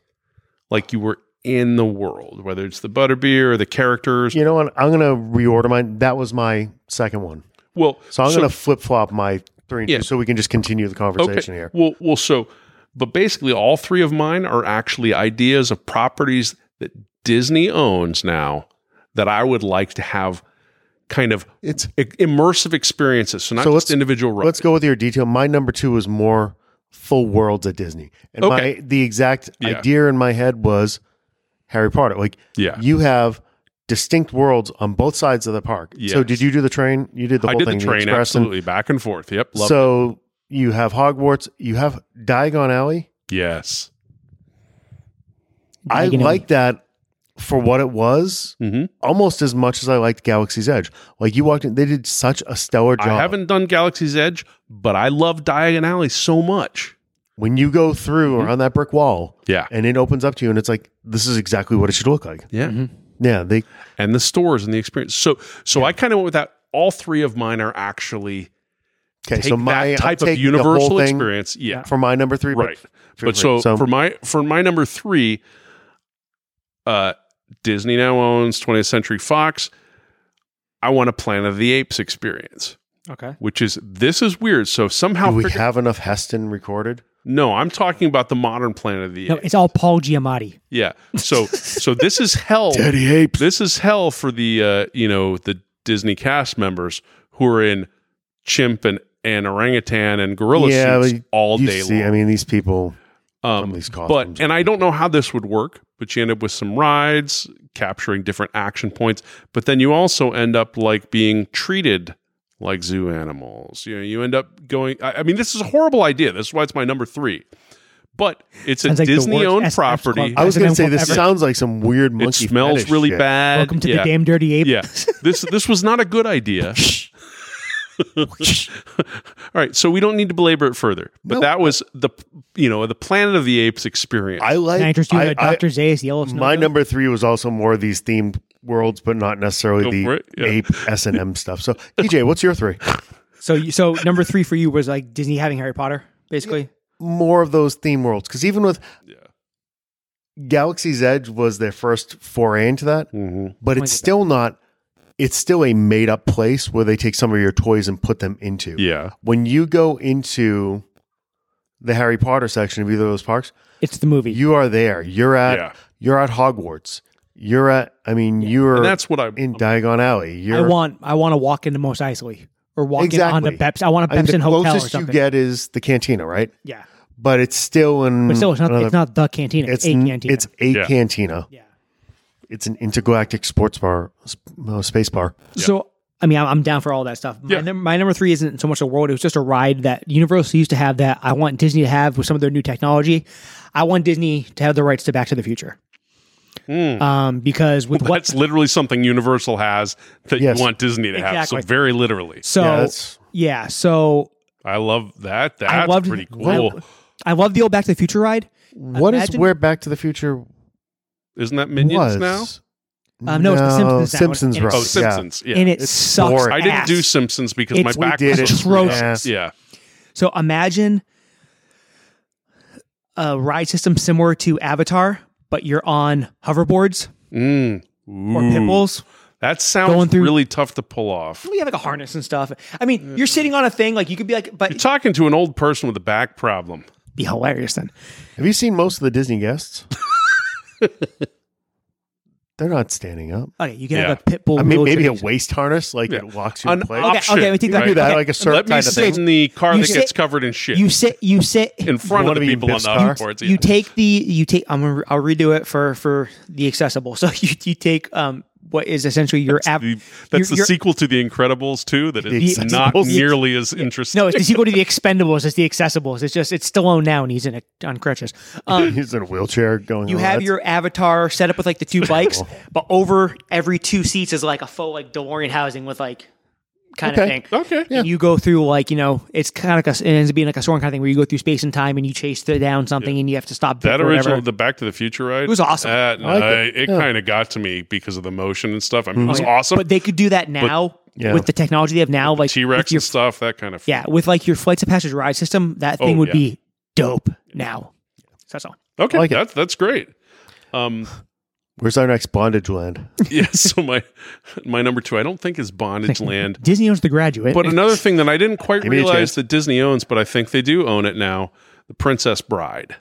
like you were in the world, whether it's the butterbeer or the characters. You know what? I'm gonna reorder mine. That was my second one. Well, So I'm going to flip flop my three and Yeah. two so we can just continue the conversation here. Well, well, so, but basically, all three of mine are actually ideas of properties that Disney owns now that I would like to have kind of It's i- immersive experiences. So not So just let's- individual rides. let's go with your detail. My number two is more full worlds at Disney, and Okay. my the exact Yeah. idea in my head was Harry Potter. Like Yeah. you have distinct worlds on both sides of the park. So Yes. did you do the train? You did the I whole did the thing, train, express and- absolutely, back and forth. Yep. Love it. so you have Hogwarts. You have Diagon Alley. yes. I Diagon Alley. like that for what it was, hmm almost as much as I liked Galaxy's Edge. Like you walked in, they did such a stellar job. I haven't done Galaxy's Edge, but I love Diagon Alley so much. when you go through Mm-hmm. or on that brick wall, Yeah. and it opens up to you, and it's like this is exactly what it should look like. Yeah. Yeah, they and the stores and the experience. So so I kind of went with that. All three of mine are actually okay. take So my that I'll type of take the whole universal thing experience. Yeah, for my number three, right. for But free. so, So- for my for my number three, uh, Disney now owns 20th Century Fox. I want a Planet of the Apes experience, Okay. which is this is weird. So somehow, Do we figure- have enough Heston recorded? no, I'm talking about the modern Planet of the No, Apes. it's all Paul Giamatti. Yeah. So so this <laughs> is hell. Daddy Apes. Oh, This is hell for the uh, you know the Disney cast members who are in chimp and, and orangutan and gorilla Yeah, suits but all you day see, long. I mean, these people. Um, these costumes but are and I don't know how this would work, but you end up with some rides capturing different action points, but then you also end up like being treated like zoo animals. You know, you end up going. I, I mean, this is a horrible idea. This is why it's my number three. But it's a Sounds like the worst Disney-owned S- property. S- I was Heston going to say this ever- sounds like some weird It monkey. smells fetish really shit. bad. Welcome to yeah. the damn dirty ape. <laughs> Yeah. This this was not a good idea. <laughs> All right, so we don't need to belabor it further. But No. that was the you know, the Planet of the Apes experience. I like. Can I interest you in I- a I- Dr. Zayas Yellow Snow? my Dog? number three was also more of these themed worlds, but not necessarily Go the for it, yeah. ape <laughs> S and M stuff. So, DJ, what's your three? So, you, so number three for you was like Disney having Harry Potter, basically. More of those theme worlds, because even with Yeah. Galaxy's Edge was their first foray into that, Mhm. but it's still not. It's still a made up place where they take some of your toys and put them into. Yeah. When you go into the Harry Potter section of either of those parks, It's the movie. you are there. You're at Yeah. you're at Hogwarts. You're at. I mean, you're And that's what I in Diagon Alley. I You're want I want to walk into Mos Eisley or walk in Exactly. onto Peps. I want a I mean, the Pepsin hotel or closest you something. get is the cantina, right? yeah, But it's still in. but still, it's not another- it's not the cantina. It's, Mm. It's a n- cantina. It's a Yeah. cantina. yeah. It's an intergalactic sports bar, sp- no, space bar. So I mean, I'm, I'm down for all that stuff. My, Yeah. num- my number three isn't so much a world; it was just a ride that Universal used to have that I want Disney to have with some of their new technology. I want Disney to have the rights to Back to the Future, uh, um, because with what hmm. <laughs> that's literally something Universal has that Yes. you want Disney to have. So Exactly. very literally. so Yeah, that's- yeah, so I love that. That's I loved pretty cool. I, I love the old Back to the Future ride. What is Imagine- where Back to the Future Isn't that Minions was? now? Um, no, it's the Simpsons now. And Simpsons ride. it's- Oh, yeah. Simpsons. Yeah. and it It's sucks. boring. I didn't ass. do Simpsons because It's- my We back did was it. atrocious. <laughs> Yeah. So imagine a ride system similar to Avatar, but you're on hoverboards Mm. or Ooh. pitbulls. That sounds Going through- really tough to pull off. We have like a harness and stuff. I mean, you're sitting on a thing, like you could be like, but You're talking to an old person with a back problem. be hilarious then. Have you seen most of the Disney <laughs> guests? They're not standing up. Okay, you can Yeah. have a pit bull. I mean, maybe a wheelchair. waist harness, like Yeah. it walks you An in place. op- Okay, option, okay, we take that. You do that, okay. like a surf Let me kind of sit thing. in the car You that sit- gets covered in shit you sit. You sit. in front of wanna the be in people on Biff's the car? hoverboards. Yeah. you take the you take i'm gonna i'll redo it for for the accessible <laughs> so you, you take um what is essentially your app The- that's the sequel to The Incredibles too. That is The not Expendables. nearly as interesting. no it's the sequel to the expendables it's the accessibles it's just it's Stallone now and he's in a on crutches um <laughs> He's in a wheelchair going. you oh, have that's- your avatar set up with like the two bikes but over every two seats is like a faux like delorean housing with like kind Okay. of thing okay. And you go through like you know it's kind of like a, it ends up being like a soaring kind of thing where you go through space and time and you chase th- down something and you have to stop That or whatever. original, the Back to the Future ride, it was awesome. Uh, like I- it. it Yeah. kind of got to me because of the motion and stuff. I mean, it was Oh, Yeah. awesome. But they could do that now Yeah. with the technology they have now, like T Rex with your- and stuff, that kind of. yeah, with like your flights of passage ride system, that thing Oh, would yeah. be dope now. So that's all. Okay, Like it. that's that's great. Um, Where's our next bondage <laughs> land? yeah. So my my number two, I don't think is Bondage Land, Disney owns The Graduate. but another thing that I didn't quite Give me a realize chance. that Disney owns, but I think they do own it now, the Princess Bride.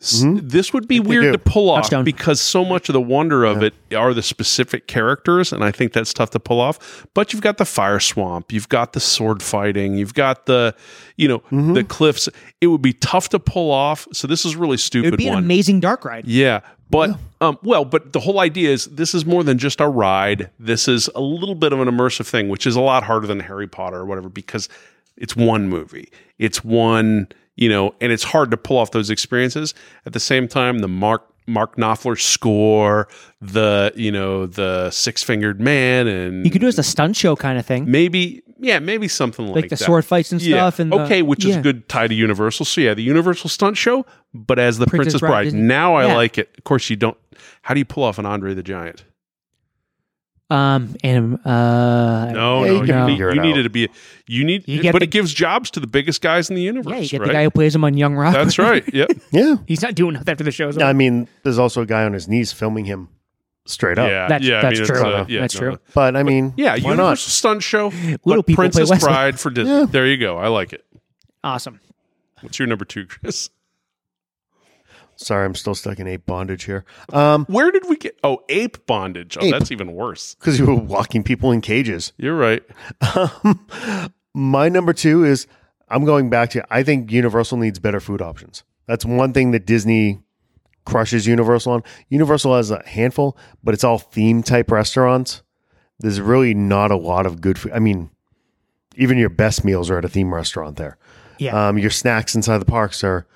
S- This would be Mm-hmm. they weird do. to pull off Touchdown. because so much of the wonder of it are the specific characters, and I think that's tough to pull off. But you've got the fire swamp, you've got the sword fighting, you've got the, you know, Mm-hmm. the cliffs. It would be tough to pull off. So this is really stupid. It would be an one. amazing dark ride. Yeah. But um well, but the whole idea is this is more than just a ride. This is a little bit of an immersive thing, which is a lot harder than Harry Potter or whatever because it's one movie. It's one, you know, and it's hard to pull off those experiences. At the same time, the Mark Mark Knopfler score, the, you know, the six-fingered man and You could do it as a stunt show kind of thing, maybe yeah, maybe something like, like the that. sword fights and stuff. Yeah. And the- okay, which is yeah. a good tie to Universal. So yeah, the Universal stunt show, but as the Princess, Princess Bride Bride. Disney- Now I Yeah. like it. Of course, you don't. How do you pull off an Andre the Giant? Um, and uh, No, Yeah, no, you you, can need, figure it you out. needed to be. You need, You get but the- it gives jobs to the biggest guys in the universe. yeah, you get right? the guy who <laughs> plays him on Young Rock. That's right. Yep. Yeah. <laughs> He's not doing nothing after the show's over. I mean, there's also a guy on his knees filming him straight up. yeah. Oh, That's- yeah. I that's mean, it's, true. uh, yeah, That's no, true. no. But I mean, Yeah, why Universal not? stunt show, <laughs> Little people but play Princess Westworld. Bride for <laughs> Disney. Yeah. There you go. I like it. Awesome. What's your number two, Chris? Sorry, I'm still stuck in ape bondage here. Um, Where did we get? Oh, ape bondage. Oh, Ape. that's even worse. because you were walking people in cages. You're right. Um, My number two is I'm going back to I think Universal needs better food options. That's one thing that Disney crushes Universal on. Universal has a handful, but it's all theme type restaurants. There's really not a lot of good food. I mean, even your best meals are at a theme restaurant there. Yeah. Um, your snacks inside the parks are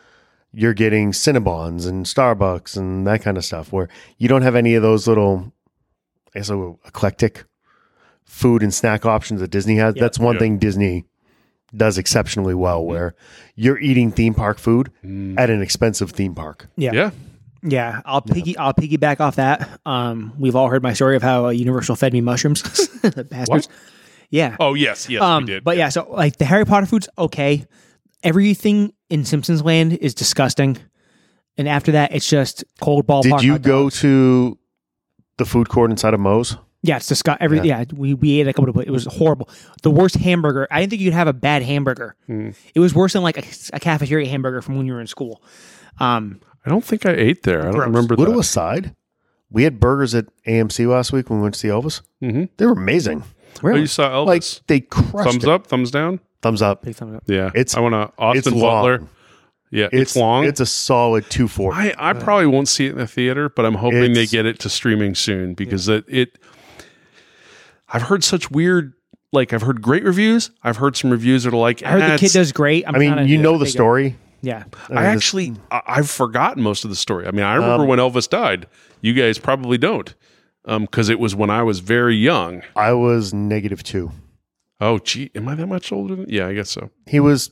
you're getting Cinnabons and Starbucks and that kind of stuff where you don't have any of those little I guess uh, eclectic food and snack options that Disney has. That's one Yeah. thing Disney does exceptionally well where you're eating theme park food Mm. at an expensive theme park. Yeah. Yeah. Yeah, I'll piggy I'll piggyback off that. Um, we've all heard my story of how uh, Universal fed me mushrooms, <laughs> the bastards. Yeah. Oh yes, yes, um, we did. but yeah. so like the Harry Potter food's okay. Everything in Simpsons Land is disgusting, and after that, it's just cold ballpark. Did you hot go dog. to the food court inside of Moe's? Yeah, it's disgusting. Every yeah. we we ate a couple of it was horrible. The worst hamburger. I didn't think you'd have a bad hamburger. Hmm. It was worse than like a, a cafeteria hamburger from when you were in school. Um, I don't think I ate there. I don't Gross. remember that. Little aside, we had burgers at AMC last week when we went to see Elvis. Mhm. They were amazing. Oh, really? you saw Elvis? Like they crushed thumbs it. up, thumbs down. Thumbs up. Big thumbs up. Yeah, It's- I want to it's Austin long. Butler. Yeah, it's, long. It's a solid two forty. I I probably won't see it in the theater, but I'm hoping they It's- get it to streaming soon because it, it. I've heard such weird. Like I've heard great reviews. I've heard some reviews that are like, I heard "Ah, the kid it's- does great. I'm I mean, kinda- you know the big- story. Oh, Yeah. I Uh, actually I, I've forgotten most of the story. I mean, I Um, remember when Elvis died. You guys probably don't, because it was when I was very young. I was negative two. Oh, gee, am I that much older? Than, yeah, I guess so. He was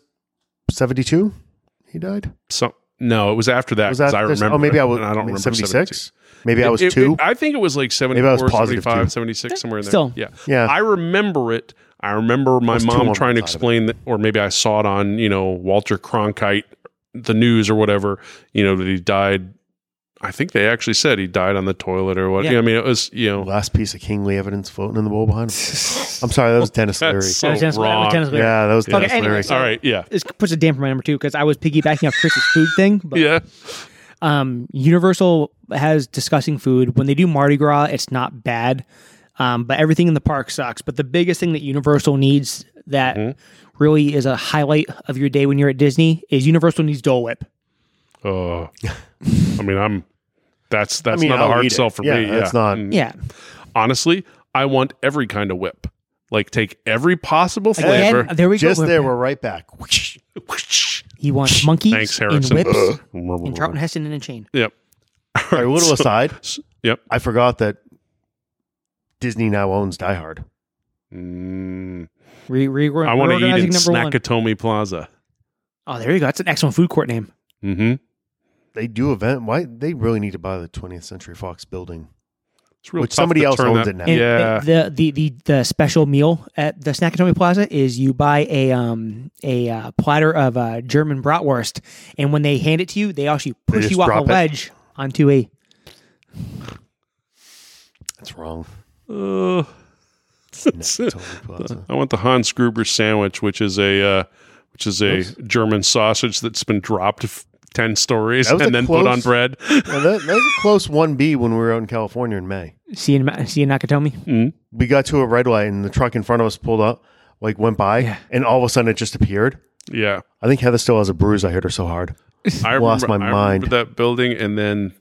seventy two. He died. So no, it was after that. Was 'cause that? I this- remember. oh, maybe <laughs> it, I was. and I don't remember seventy 72. six. Maybe I was It- it- two. I think it was like 74, Maybe I was positive 75, two. 76, somewhere in there. Still. Yeah. Yeah. I remember it. I remember my was two mom on one trying side of to it. explain that, or maybe I saw it on, you know, Walter Cronkite, the news or whatever, you know, that he died. I think they actually said he died on the toilet or what. Yeah. I mean, it was, you know, Last piece of kingly evidence floating in the bowl <laughs> behind. Him. I'm sorry, that was Dennis Leary. that's so That was Dennis- that was wrong. Dennis Leary. yeah, that was Okay, Dennis anyway, Leary. so- All right. Yeah. This puts a damper on my number two because I was piggybacking off Chris's food thing. But Yeah. um, Universal has discussing food. When they do Mardi Gras, it's not bad, um, but everything in the park sucks. But the biggest thing that Universal needs that Mm-hmm. really is a highlight of your day when you're at Disney is Universal needs Dole Whip. <laughs> Uh, I mean, I'm, that's, that's I mean, not I'll a hard eat it. sell for yeah, me. Mm. That's not. Mm-hmm. Yeah, Honestly, I want every kind of whip. Like take every possible Again, flavor. there we Just go. there, we're right <laughs> back. He wants monkeys Thanks, in Harrison. whips Uh-huh. Uh. and Charlton Heston in a chain. Yep. All right, little aside. Yep. I forgot that Disney now owns Die Hard. <laughs> Mm, Re- re- I want to eat in reorganizing number one. Nakatomi Plaza. Oh, there you go. That's an excellent food court name. Mm-hmm. They do event. Why they really need to buy the 20th Century Fox building, It's real which tough somebody to else turn owns that- it now. And Yeah. The, the the the special meal at the Snackatomi Plaza is you buy a um a uh, platter of uh, German bratwurst, and when they hand it to you, they actually push just you off a drop it. ledge onto a. That's <laughs> wrong. Uh, That's totally Plaza. <laughs> I want the Hans Gruber sandwich, which is a uh, which is a German sausage that's been dropped f- ten stories That was and a then put on close- bread. <laughs> Now, that, that was a close 1B when we were out in California in May. See you, in Ma- see you in Nakatomi. We got to a red light and the truck in front of us pulled up, like went by, and all of a sudden it just appeared. Yeah, I think Heather still has a bruise. I hit her so hard. I Lost remember, my I remember mind. that building, and then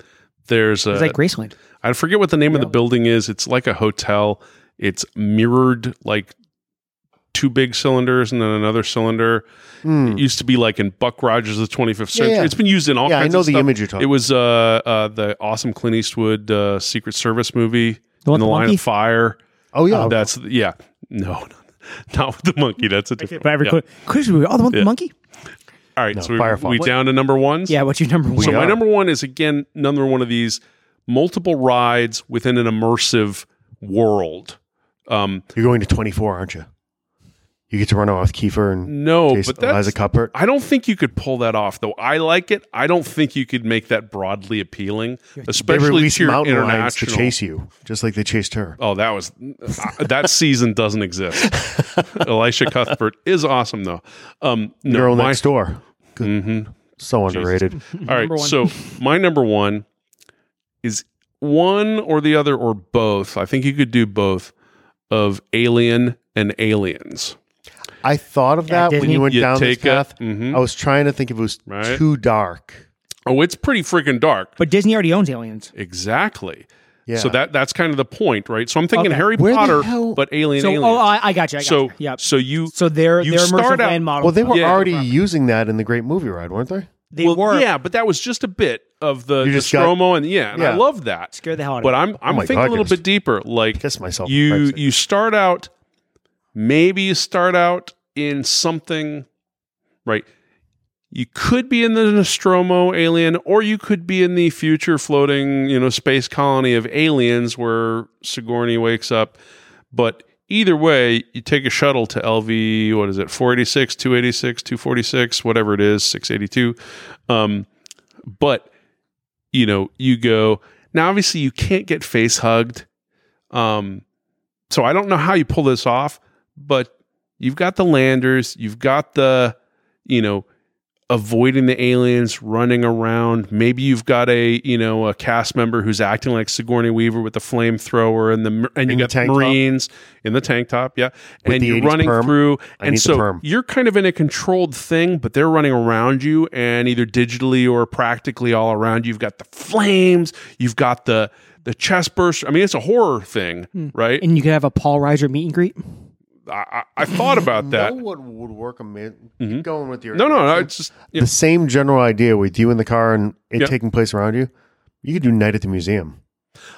there's a It's like Graceland. I forget what the name of the building is. It's like a hotel. It's mirrored like two big cylinders and then another cylinder. It used to be like in Buck Rogers of the 25th century. Hmm. yeah. It's been used in all Yeah, I kinds know of the stuff. image you're talking It was uh, uh, the awesome Clint Eastwood uh, Secret Service movie The one in the with the line monkey? of fire. Oh, yeah. That's yeah. No, <laughs> not with the monkey. That's a different. But I yeah. recorded. Chris, we were all the one with the monkey. All right, so we, Firefly. we down to number ones. Yeah, what's your number one? So my are. number one is again another one of these multiple rides within an immersive world. Um, You're going to 24, aren't you? You get to run off Kiefer and no, Jason, but that's Eliza Cuthbert. I don't think you could pull that off though. I like it. I don't think you could make that broadly appealing, They especially released to your mountain lions to international. chase you, just like they chased her. Oh, that was uh, that season <laughs> doesn't exist. Elisha Cuthbert is awesome though. Um, no, Girl my- Mm-hmm. next door. Good. So underrated. All right. Mm-hmm. Number one. So my number one is one or the other or both. I think you could do both of Alien and Aliens. I thought of Yeah, that when Disney. you went You down this take a- path. mhm. I was trying to think if it was Right. too dark. Oh, it's pretty freaking dark. But Disney already owns Aliens. Exactly. Yeah. So that that's kind of the point, right? So I'm thinking Okay. Harry Where the Potter, hell- but Alien. So Aliens. oh, I, I got you. I got so you. Yep. so you So their you their immersive start out- land model. well, they were Yeah. already using that in the Great Movie Ride, weren't they? they were yeah, but that was just a bit of the, You the just got- Stromo, and yeah, and I Yeah. love that. scare the hell out But of I'm I'm my thinking God, a little yes. bit deeper. Like Kiss myself for You Christ's sake. you start out, maybe you start out in something, right? You could be in the Nostromo alien, or you could be in the future floating, you know, space colony of aliens where Sigourney wakes up. But either way, you take a shuttle to LV, what is it, 486, 286, 246, whatever it is, 682. Um, but, you know, you go. Now, obviously, you can't get face hugged. Um, so I don't know how you pull this off, but you've got the landers, you've got the, you know, avoiding the aliens, running around. Maybe you've got a, you know, a cast member who's acting like Sigourney Weaver with the flamethrower and the mer- and you In the got the tank top. Marines in the tank top, yeah, With and the you're 80s running perm. through, I and need the so perm. you're kind of in a controlled thing, but they're running around you, and either digitally or practically all around you. You've got the flames, you've got the the chest burst. I mean, it's a horror thing, Hmm. right? it. And you could have a Paul Reiser meet and greet. I, I I thought about that. <laughs> No No, one would work a man going with your no, no. It's just you The same general idea with you in the car and it Yep. taking place around you. You could do night at the museum.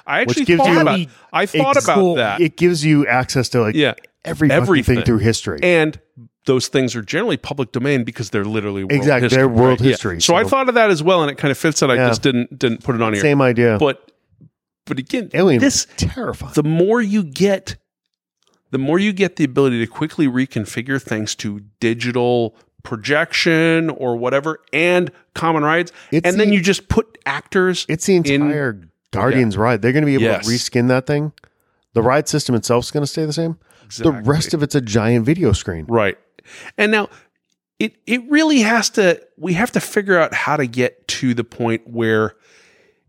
I actually gives thought you e- about. a- I thought It's about cool. that. It gives you access to like yeah, every everything everything. thing through history. and those things are generally public domain because they're literally world Exactly, History, they're world right? Yeah. history, So, I so- thought of that as well, and it kind of fits that I Yeah. just didn't didn't put it on here. Same idea. But but again, Alien this was terrifying. the more you get the more you get the ability to quickly reconfigure thanks to digital projection or whatever and common rides It's and then the- you just put actors It's the in- Oh, entire Guardians ride. They're going to be able Yes. to reskin that thing. The ride system itself is going to stay the same. The rest of it's a giant video screen. Right. And now it it really has to we have to figure out how to get to the point where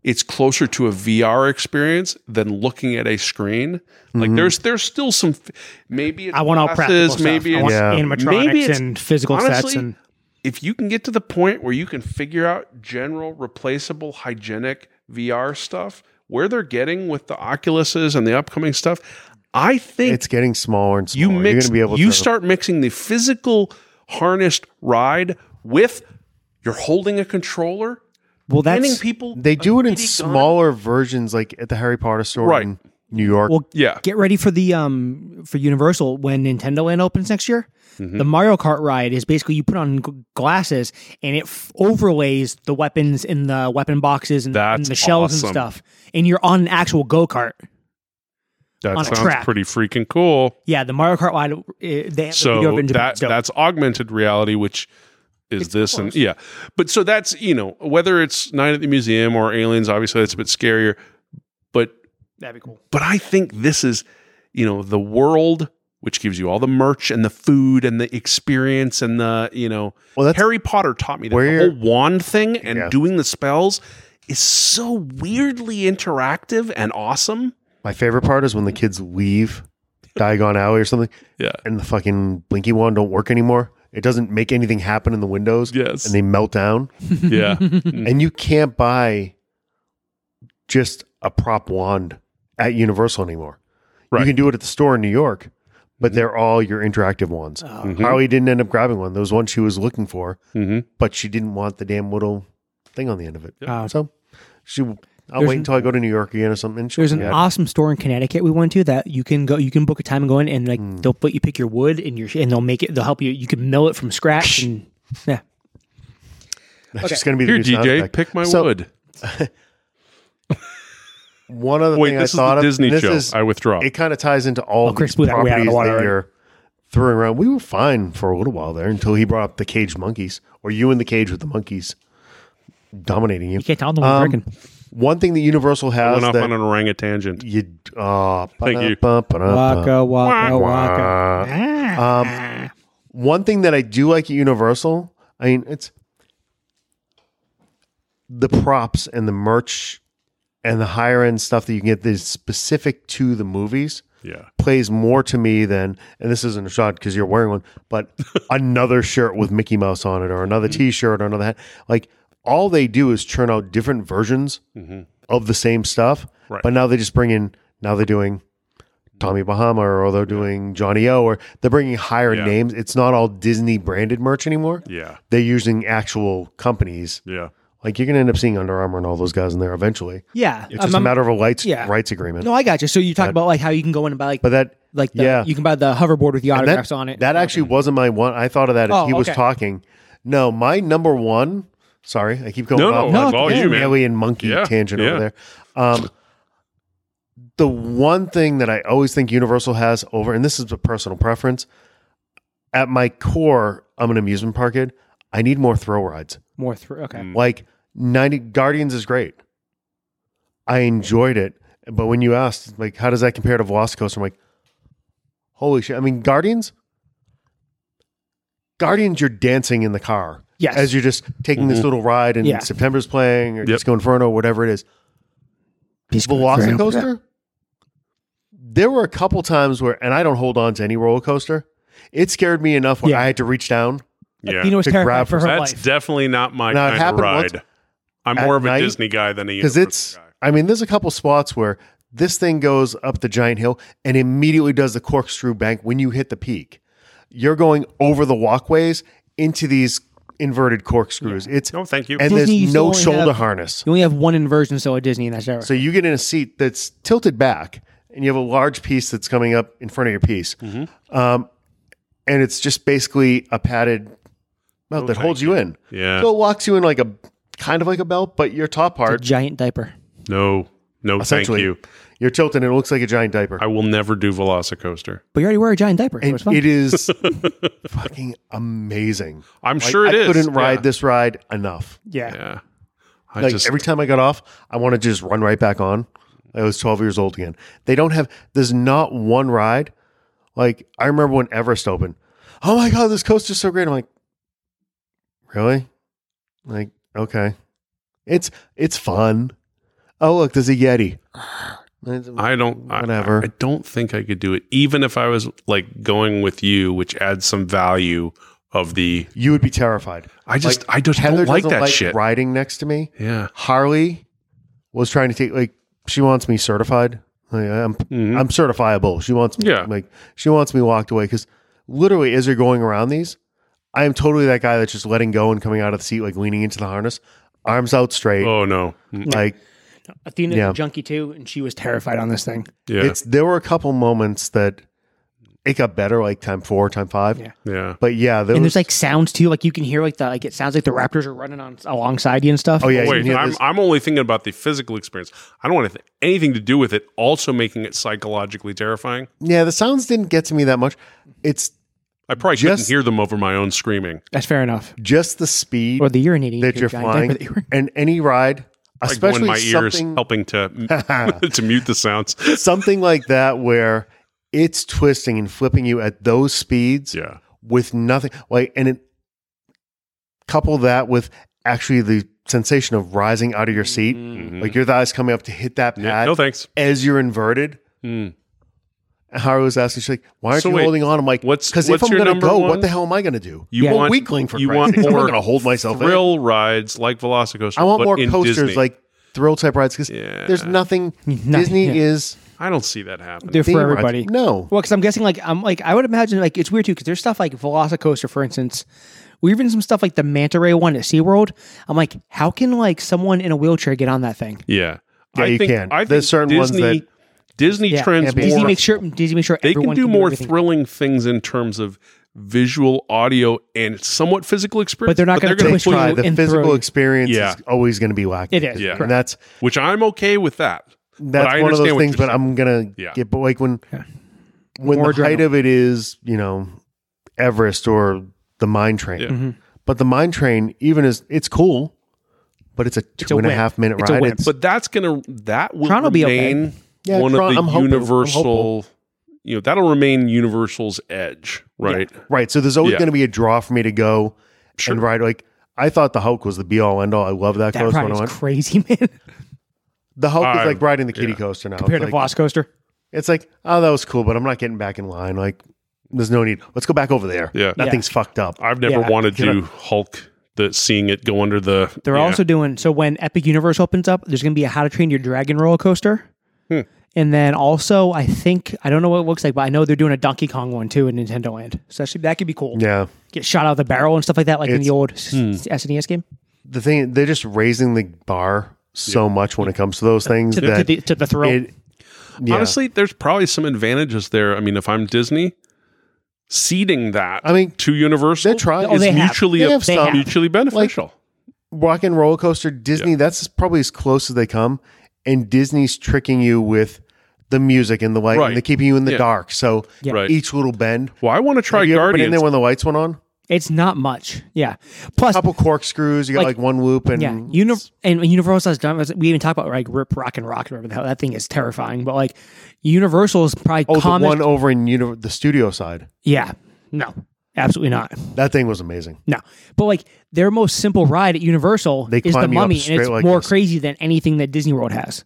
it's closer to a VR experience than looking at a screen. Mm-hmm. Like there's there's still some f- maybe it's I want all practical glasses, stuff. maybe I it's want Yeah. Maybe animatronics it's- and physical sets honestly, and if you can get to the point where you can figure out general replaceable hygienic VR stuff, where they're getting with the Oculuses and the upcoming stuff, I think It's getting smaller and smaller. you You're mix going to be able you to start mixing the physical harnessed ride with you're holding a controller, well, handing that's people They do a it in BB gun. smaller versions, like at the Harry Potter store Right. in New York. well. Yeah. Get ready for the um for Universal when Nintendo Land opens next year. Mm-hmm. The Mario Kart ride is basically you put on g- glasses and it f- overlays the weapons in the weapon boxes and, and That's the shells awesome. and stuff, and you're on an actual go kart. That on a sounds track. pretty freaking cool. Yeah, the Mario Kart ride. uh, They have a video so of it in Japan. that It's dope. that's augmented reality, which is this and yeah. But so that's you know whether it's Night at the Museum or Aliens, obviously that's a bit scarier. But That'd be cool. but I think this is you know the world which gives you all the merch and the food and the experience and the you know Well, that's Harry Potter taught me that Where the you're- whole wand thing and Yeah. doing the spells is so weirdly interactive and awesome. my favorite part is when the kids leave Diagon Alley or something. Yeah. And the fucking blinky wand don't work anymore. It doesn't make anything happen in the windows. Yes. Mm-hmm. And they melt down. <laughs> yeah. And you can't buy just a prop wand at Universal anymore. Right. Mm-hmm. You can do it at the store in New York, but they're all your interactive wands. Oh. Harley didn't end up grabbing one. There was one she was looking for, hmm but she didn't want the damn little thing on the end of it. Oh. So she, I'll There's wait an- until I go to New York again or something. and she'll There's an forget. awesome store in Connecticut we went to that you can go, you can book a time and go in, and like Hmm. they'll put you pick your wood and your and they'll make it, they'll help you. You can mill it from <laughs> scratch, and yeah, That's just going to be Here, the new DJ, soundtrack. pick my So, wood. One other Wait, thing this I is thought the of, Disney this show. is- I withdraw. it kind of ties into all Oh, Chris these blew that way out of properties the water that already. you're throwing around. We were fine for a little while there until he brought up the caged monkeys, or you in the cage with the monkeys dominating you. you can't tell them what Um, I'm drinking. One thing that Universal has Went off that on an orangutan tangent. you uh, Thank you. Waka waka waka. Um, Ah. one thing that I do like at Universal, I mean, it's the props and the merch and the higher end stuff that you can get that is specific to the movies Yeah. plays more to me than, and this isn't a shot because you're wearing one, <laughs> but another shirt with Mickey Mouse on it or another Mm-hmm. t shirt or another hat. Like all they do is churn out different versions Mm-hmm. of the same stuff. Right. But now they just bring in, now they're doing Tommy Bahama or they're doing Johnny O or they're bringing higher Yeah. names. It's not all Disney branded merch anymore. Yeah. They're using actual companies. Yeah. Like you're going to end up seeing Under Armour and all those guys in there eventually. Yeah, It's Um, just a I'm- matter of a lights, yeah. rights agreement. no, I got you. So you talk about like how you can go in and buy like But that, like the, yeah. you can buy the hoverboard with the And autographs on it. That actually wasn't my one. I thought of that as Oh, he was okay. talking. No, my number one. Sorry, I keep going. No, off no, on it's all you, man. Alien monkey Yeah, tangent yeah. over there. Um, the one thing that I always think Universal has over, and this is a personal preference. At my core, I'm an amusement park kid. I need more thrill rides. more through. Okay, Mm. Like ninety Guardians is great. I enjoyed it, but when you asked like how does that compare to Velocicoaster, I'm like, holy shit! I mean, Guardians. Guardians, you're dancing in the car yes, Mm-hmm. as you're just taking this little ride, and Yeah. September's playing or Yep. Disco Inferno, whatever it is. Peace Corps. Velocicoaster. There were a couple times where, and I don't hold on to any roller coaster. It scared me enough where Yeah. I had to reach down. Yeah. Dino was To terrified grab for her That's life. definitely not my Now, it kind of happened ride. once I'm at more of a night, Disney guy than a because Universal it's guy. i mean there's a couple spots where this thing goes up the giant hill and immediately does the corkscrew bank when you hit the peak you're going over the walkways into these inverted corkscrews it's No, Oh, thank you. and Disney there's used to no only shoulder have- harness you only have one inversion, so at Disney, and that's ever. so you get in a seat that's tilted back and you have a large piece that's coming up in front of your piece Mm-hmm. um, and it's just basically a padded belt that thank holds you in yeah. so it locks you in like a kind of like a belt but your top a part giant diaper. no. No, thank essentially you. you're tilted and it looks like a giant diaper I will never do Velocicoaster. But you already wear a giant diaper. So And it's fun. it is fucking amazing. I'm Like, sure it I is. couldn't ride Yeah. this ride enough. yeah. Yeah. I Like just every time I got off, I wanted to just run right back on. I was 12 years old again. They don't have. There's not one ride. Like I remember when Everest opened. Oh my god, this coaster's so great. I'm like, really? Like okay, it's it's fun. Oh look, there's a Yeti. I don't I- Whatever. I, I don't think I could do it. Even if I was like going with you, which adds some value of the you would be terrified. I just I just Heather don't like doesn't that like shit. riding next to me. Yeah. Harley was trying to take like she wants me certified. Like, I'm Mhm. I'm certifiable. She wants me Yeah. like she wants me walked away because literally as you're going around these, I am totally that guy that's just letting go and coming out of the seat like leaning into the harness, arms out straight. Oh no. Mm, Like Athena's Yeah. a junkie too, and she was terrified on this thing. Yeah. it's there were a couple moments that it got better like time four, time five. Yeah. yeah. But yeah, there And was, there's like sounds too, like you can hear like the like it sounds like the raptors are running on alongside you and stuff. oh yeah, you can Wait, hear I'm, this- I'm only thinking about the physical experience. I don't want to th- anything to do with it, also making it psychologically terrifying. yeah, the sounds didn't get to me that much. It's I probably Just- couldn't hear them over my own screaming. that's fair enough. just the speed Or the urinating that into a you're giant flying, diaper that you were- and any ride, Like go in especially my ears, something <laughs> <laughs> helping to to mute the sounds. something like that where it's twisting and flipping you at those speeds <laughs> Yeah. with nothing like and it couple that with actually the sensation of rising out of your seat like your thighs coming up to hit that pad Mm-hmm. Yeah, no thanks. as you're inverted Mm. And Hara was asking she's like why aren't So you wait, holding on I'm like what's- because if what's I'm your gonna number go one? what the hell am I gonna do You Yeah. want weakling for you Christ's want sakes. I'm not more gonna hold myself in. thrill rides like Velocicoaster. I want but more in coasters Disney. like thrill type rides because Yeah. there's nothing <laughs> Nothing, Disney yeah. is I don't see that happening. They're theme for rides. everybody. no Well, because I'm guessing like I'm like I would imagine like it's weird too because there's stuff like Velocicoaster, for instance, or even some stuff like the Manta Ray one at SeaWorld. I'm like, how can like someone in a wheelchair get on that thing? yeah. Yeah, I you think, can. I think There's certain ones Disney, that- Disney Yeah. trends Can't be- Disney more. make sure Disney make sure they can everyone do more everything. thrilling things in terms of visual, audio, and somewhat physical experience. they're not gonna gonna push put you try the and throw physical you. experience Yeah. is always going to be wacky It is, Yeah. correct. and that's which I'm okay with that. that's I one of understand those what things you're but i'm gonna Yeah. get but like when when More the height adrenaline. of it is you know everest or the mine train Yeah. Mm-hmm. but the mine train even is it's cool but it's a two a and a wimp. half minute It's a ride wimp. It's- But that's gonna that will Tron will be okay. remain Yeah, one Tron- I'm of the hopeful- I'm universal. hopeful. You know that'll remain Universal's edge, right? right so there's always Yeah. going to be a draw for me to go Sure. and ride like i thought the hulk was the be all end all i love that, That coaster when ride I is went. crazy, <laughs> man. the hulk I- is like riding the kiddie yeah. coaster now Compared it's to like, Velocicoaster, it's like oh that was cool but i'm not getting back in line like there's no need let's go back over there Yeah. nothing's fucked up I've never Yeah. wanted Get to Hulk the seeing it go under the. they're yeah. also doing so when Epic Universe opens up, there's going to be a How to Train Your Dragon roller coaster. Hmm. And then also, I think I don't know what it looks like, but I know they're doing a Donkey Kong one too in Nintendo Land. So actually, that could be cool. yeah Get shot out of the barrel and stuff like that, like in It's- the old s- hmm. SNES game. the thing they're just raising the bar so much when it comes to those things to the, to that the, to the thrill. it yeah. honestly, there's probably some advantages there. I mean, if I'm Disney, seeding that I mean, to they're Universal trying Oh, is they have. mutually They have They some. have. mutually beneficial. rock and roller coaster Disney. That's probably as close as they come, and Disney's tricking you with the music and the light, Right. and they're keeping you in the Yeah. dark. So Right. each little bend. well, I want to try Have you ever been in Guardians. there when the lights went on? it's not much. Yeah. Plus, couple corkscrews. You got like, Like- one loop, and yeah, uni- and when Universal has done. We even talk about like Rip Rock and Rock, whatever the hell that thing is terrifying. But like Universal is probably oh, the common. one over in uni- the studio side. yeah. No, absolutely not. That thing was amazing. No, but like their most simple ride at Universal They is climb the you up Mummy, and it's straight like more this. crazy than anything that Disney World has.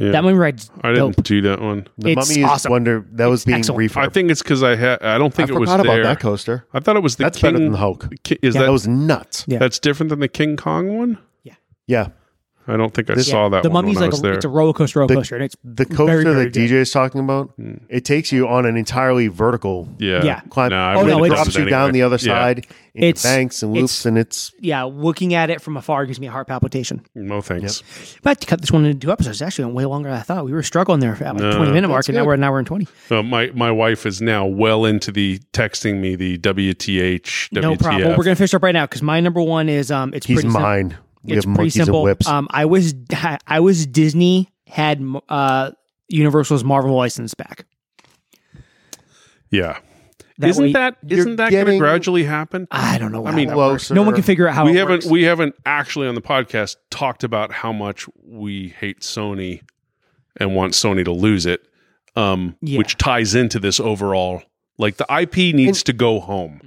Yeah. That Mummy ride's I dope. didn't do that one. The It's Mummy awesome. is Wonder that was being excellent. I refurbed. think it's because I had. I don't I, think it was forgot about there. that coaster. I thought it was the That's King. better than the Hulk. Ki- Is Yeah. That that was nuts. Yeah. that's different than the King Kong one? Yeah. I don't think I saw that. the one Mummy's when I like was a, there. it's a roller coaster, roller coaster, and it's The coaster Very, very that good. DJ is talking about, it takes you on an entirely vertical Hmm. yeah, yeah. climb. Nah, I Oh, it wouldn't no, have it's- done drops it you down the anyway. other Yeah. side into It's- banks and loops, it's- and it's yeah. Looking at it from afar gives me a heart palpitation. No thanks. But to cut this one into two episodes, it actually went way longer than I thought. We were struggling there at like No, twenty minute mark, that's and now good. we're an hour and twenty. Uh, my my wife is now well into the texting me the WTH WTF. No problem. Well, we're gonna finish up right now because my number one is um, it's he's pretty sim- mine. We it's have pretty monkeys simple. and whips. Um, I was I was Disney had uh Universal's Marvel license back. yeah. That isn't way- that isn't that going to getting- gradually happen? I don't know. I how mean, that works. Closer. no one can figure out how we it haven't works. we haven't actually on the podcast talked about how much we hate Sony and want Sony to lose it, um, Yeah. which ties into this overall. Like the IP needs to go home.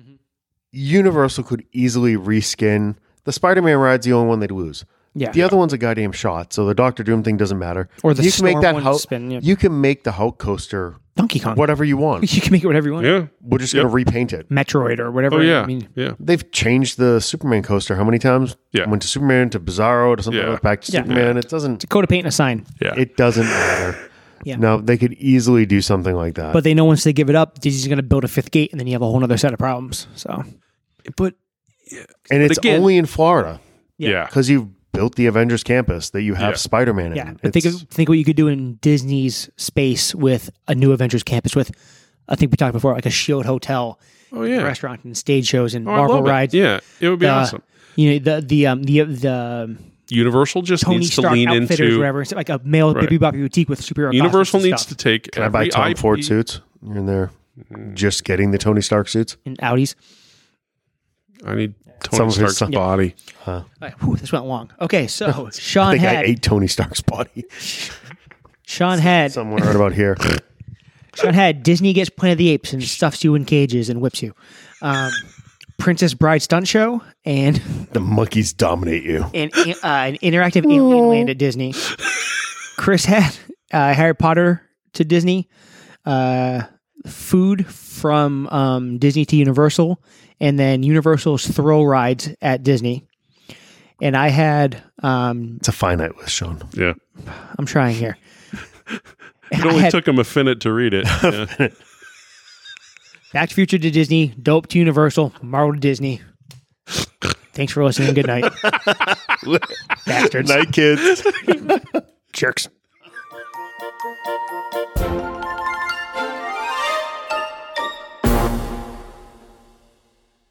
Universal could easily reskin the Spider-Man ride's the only one they'd lose. yeah, The other one's a goddamn shot, so the Doctor Doom thing doesn't matter. or the you can storm make that one Hulk. spin. Yeah. You can make the Hulk coaster Donkey Kong. whatever you <laughs> want. You can make it whatever you want. Yeah. We're just Yep. gonna repaint it. Metroid or whatever. Oh yeah. Mm-hmm. I mean, yeah. They've changed the Superman coaster how many times? Yeah. went to Superman to Bizarro to something Yeah. like back to Yeah. Superman. It doesn't. it's a coat of paint and a sign. Yeah. It doesn't matter. <laughs> Yeah. No, they could easily do something like that. But they know once they give it up, Disney's going to build a fifth gate, and then you have a whole other set of problems. So but and it's again- only in Florida Yeah. yeah. because you've built the Avengers campus that you have Yeah. Spider-Man in. yeah, but It's- think of, think what you could do in Disney's space with a new Avengers campus with. I think we talked before, like a Shield hotel, Oh yeah. restaurant, and stage shows, and Oh, I Marvel love it. rides. Yeah, it would be Uh, awesome. You know the the um the the Universal just Tony needs Stark to lean outfitters, into. whatever, it's like a male Right. baby bop boutique with superhero. Universal costumes and needs stuff. to take I every buy Tom IP Ford suits. You're in there, just getting the Tony Stark suits. and Audis. I need Some Tony of his Stark's stuff. body. All right, whew, this went long. Okay, <laughs> so Sean I think I had ate Tony Stark's body <laughs> Sean had somewhere right about here. Sean had Disney gets Planet of the Apes and stuffs you in cages and whips you. Um, <laughs> Princess Bride stunt show and The monkeys dominate you. an, uh, an interactive alien land at Disney. Chris had uh, Harry Potter to Disney, uh, food from um, Disney to Universal, and then Universal's thrill rides at Disney. And I had, um, It's a finite list, Sean. <laughs> Yeah. I'm trying here. It I only had took him a minute to <laughs> read it. Yeah. Back to Future to Disney, Dope to Universal, Marvel to Disney. <laughs> Thanks for listening. Good night, bastards, Night, kids. jerks.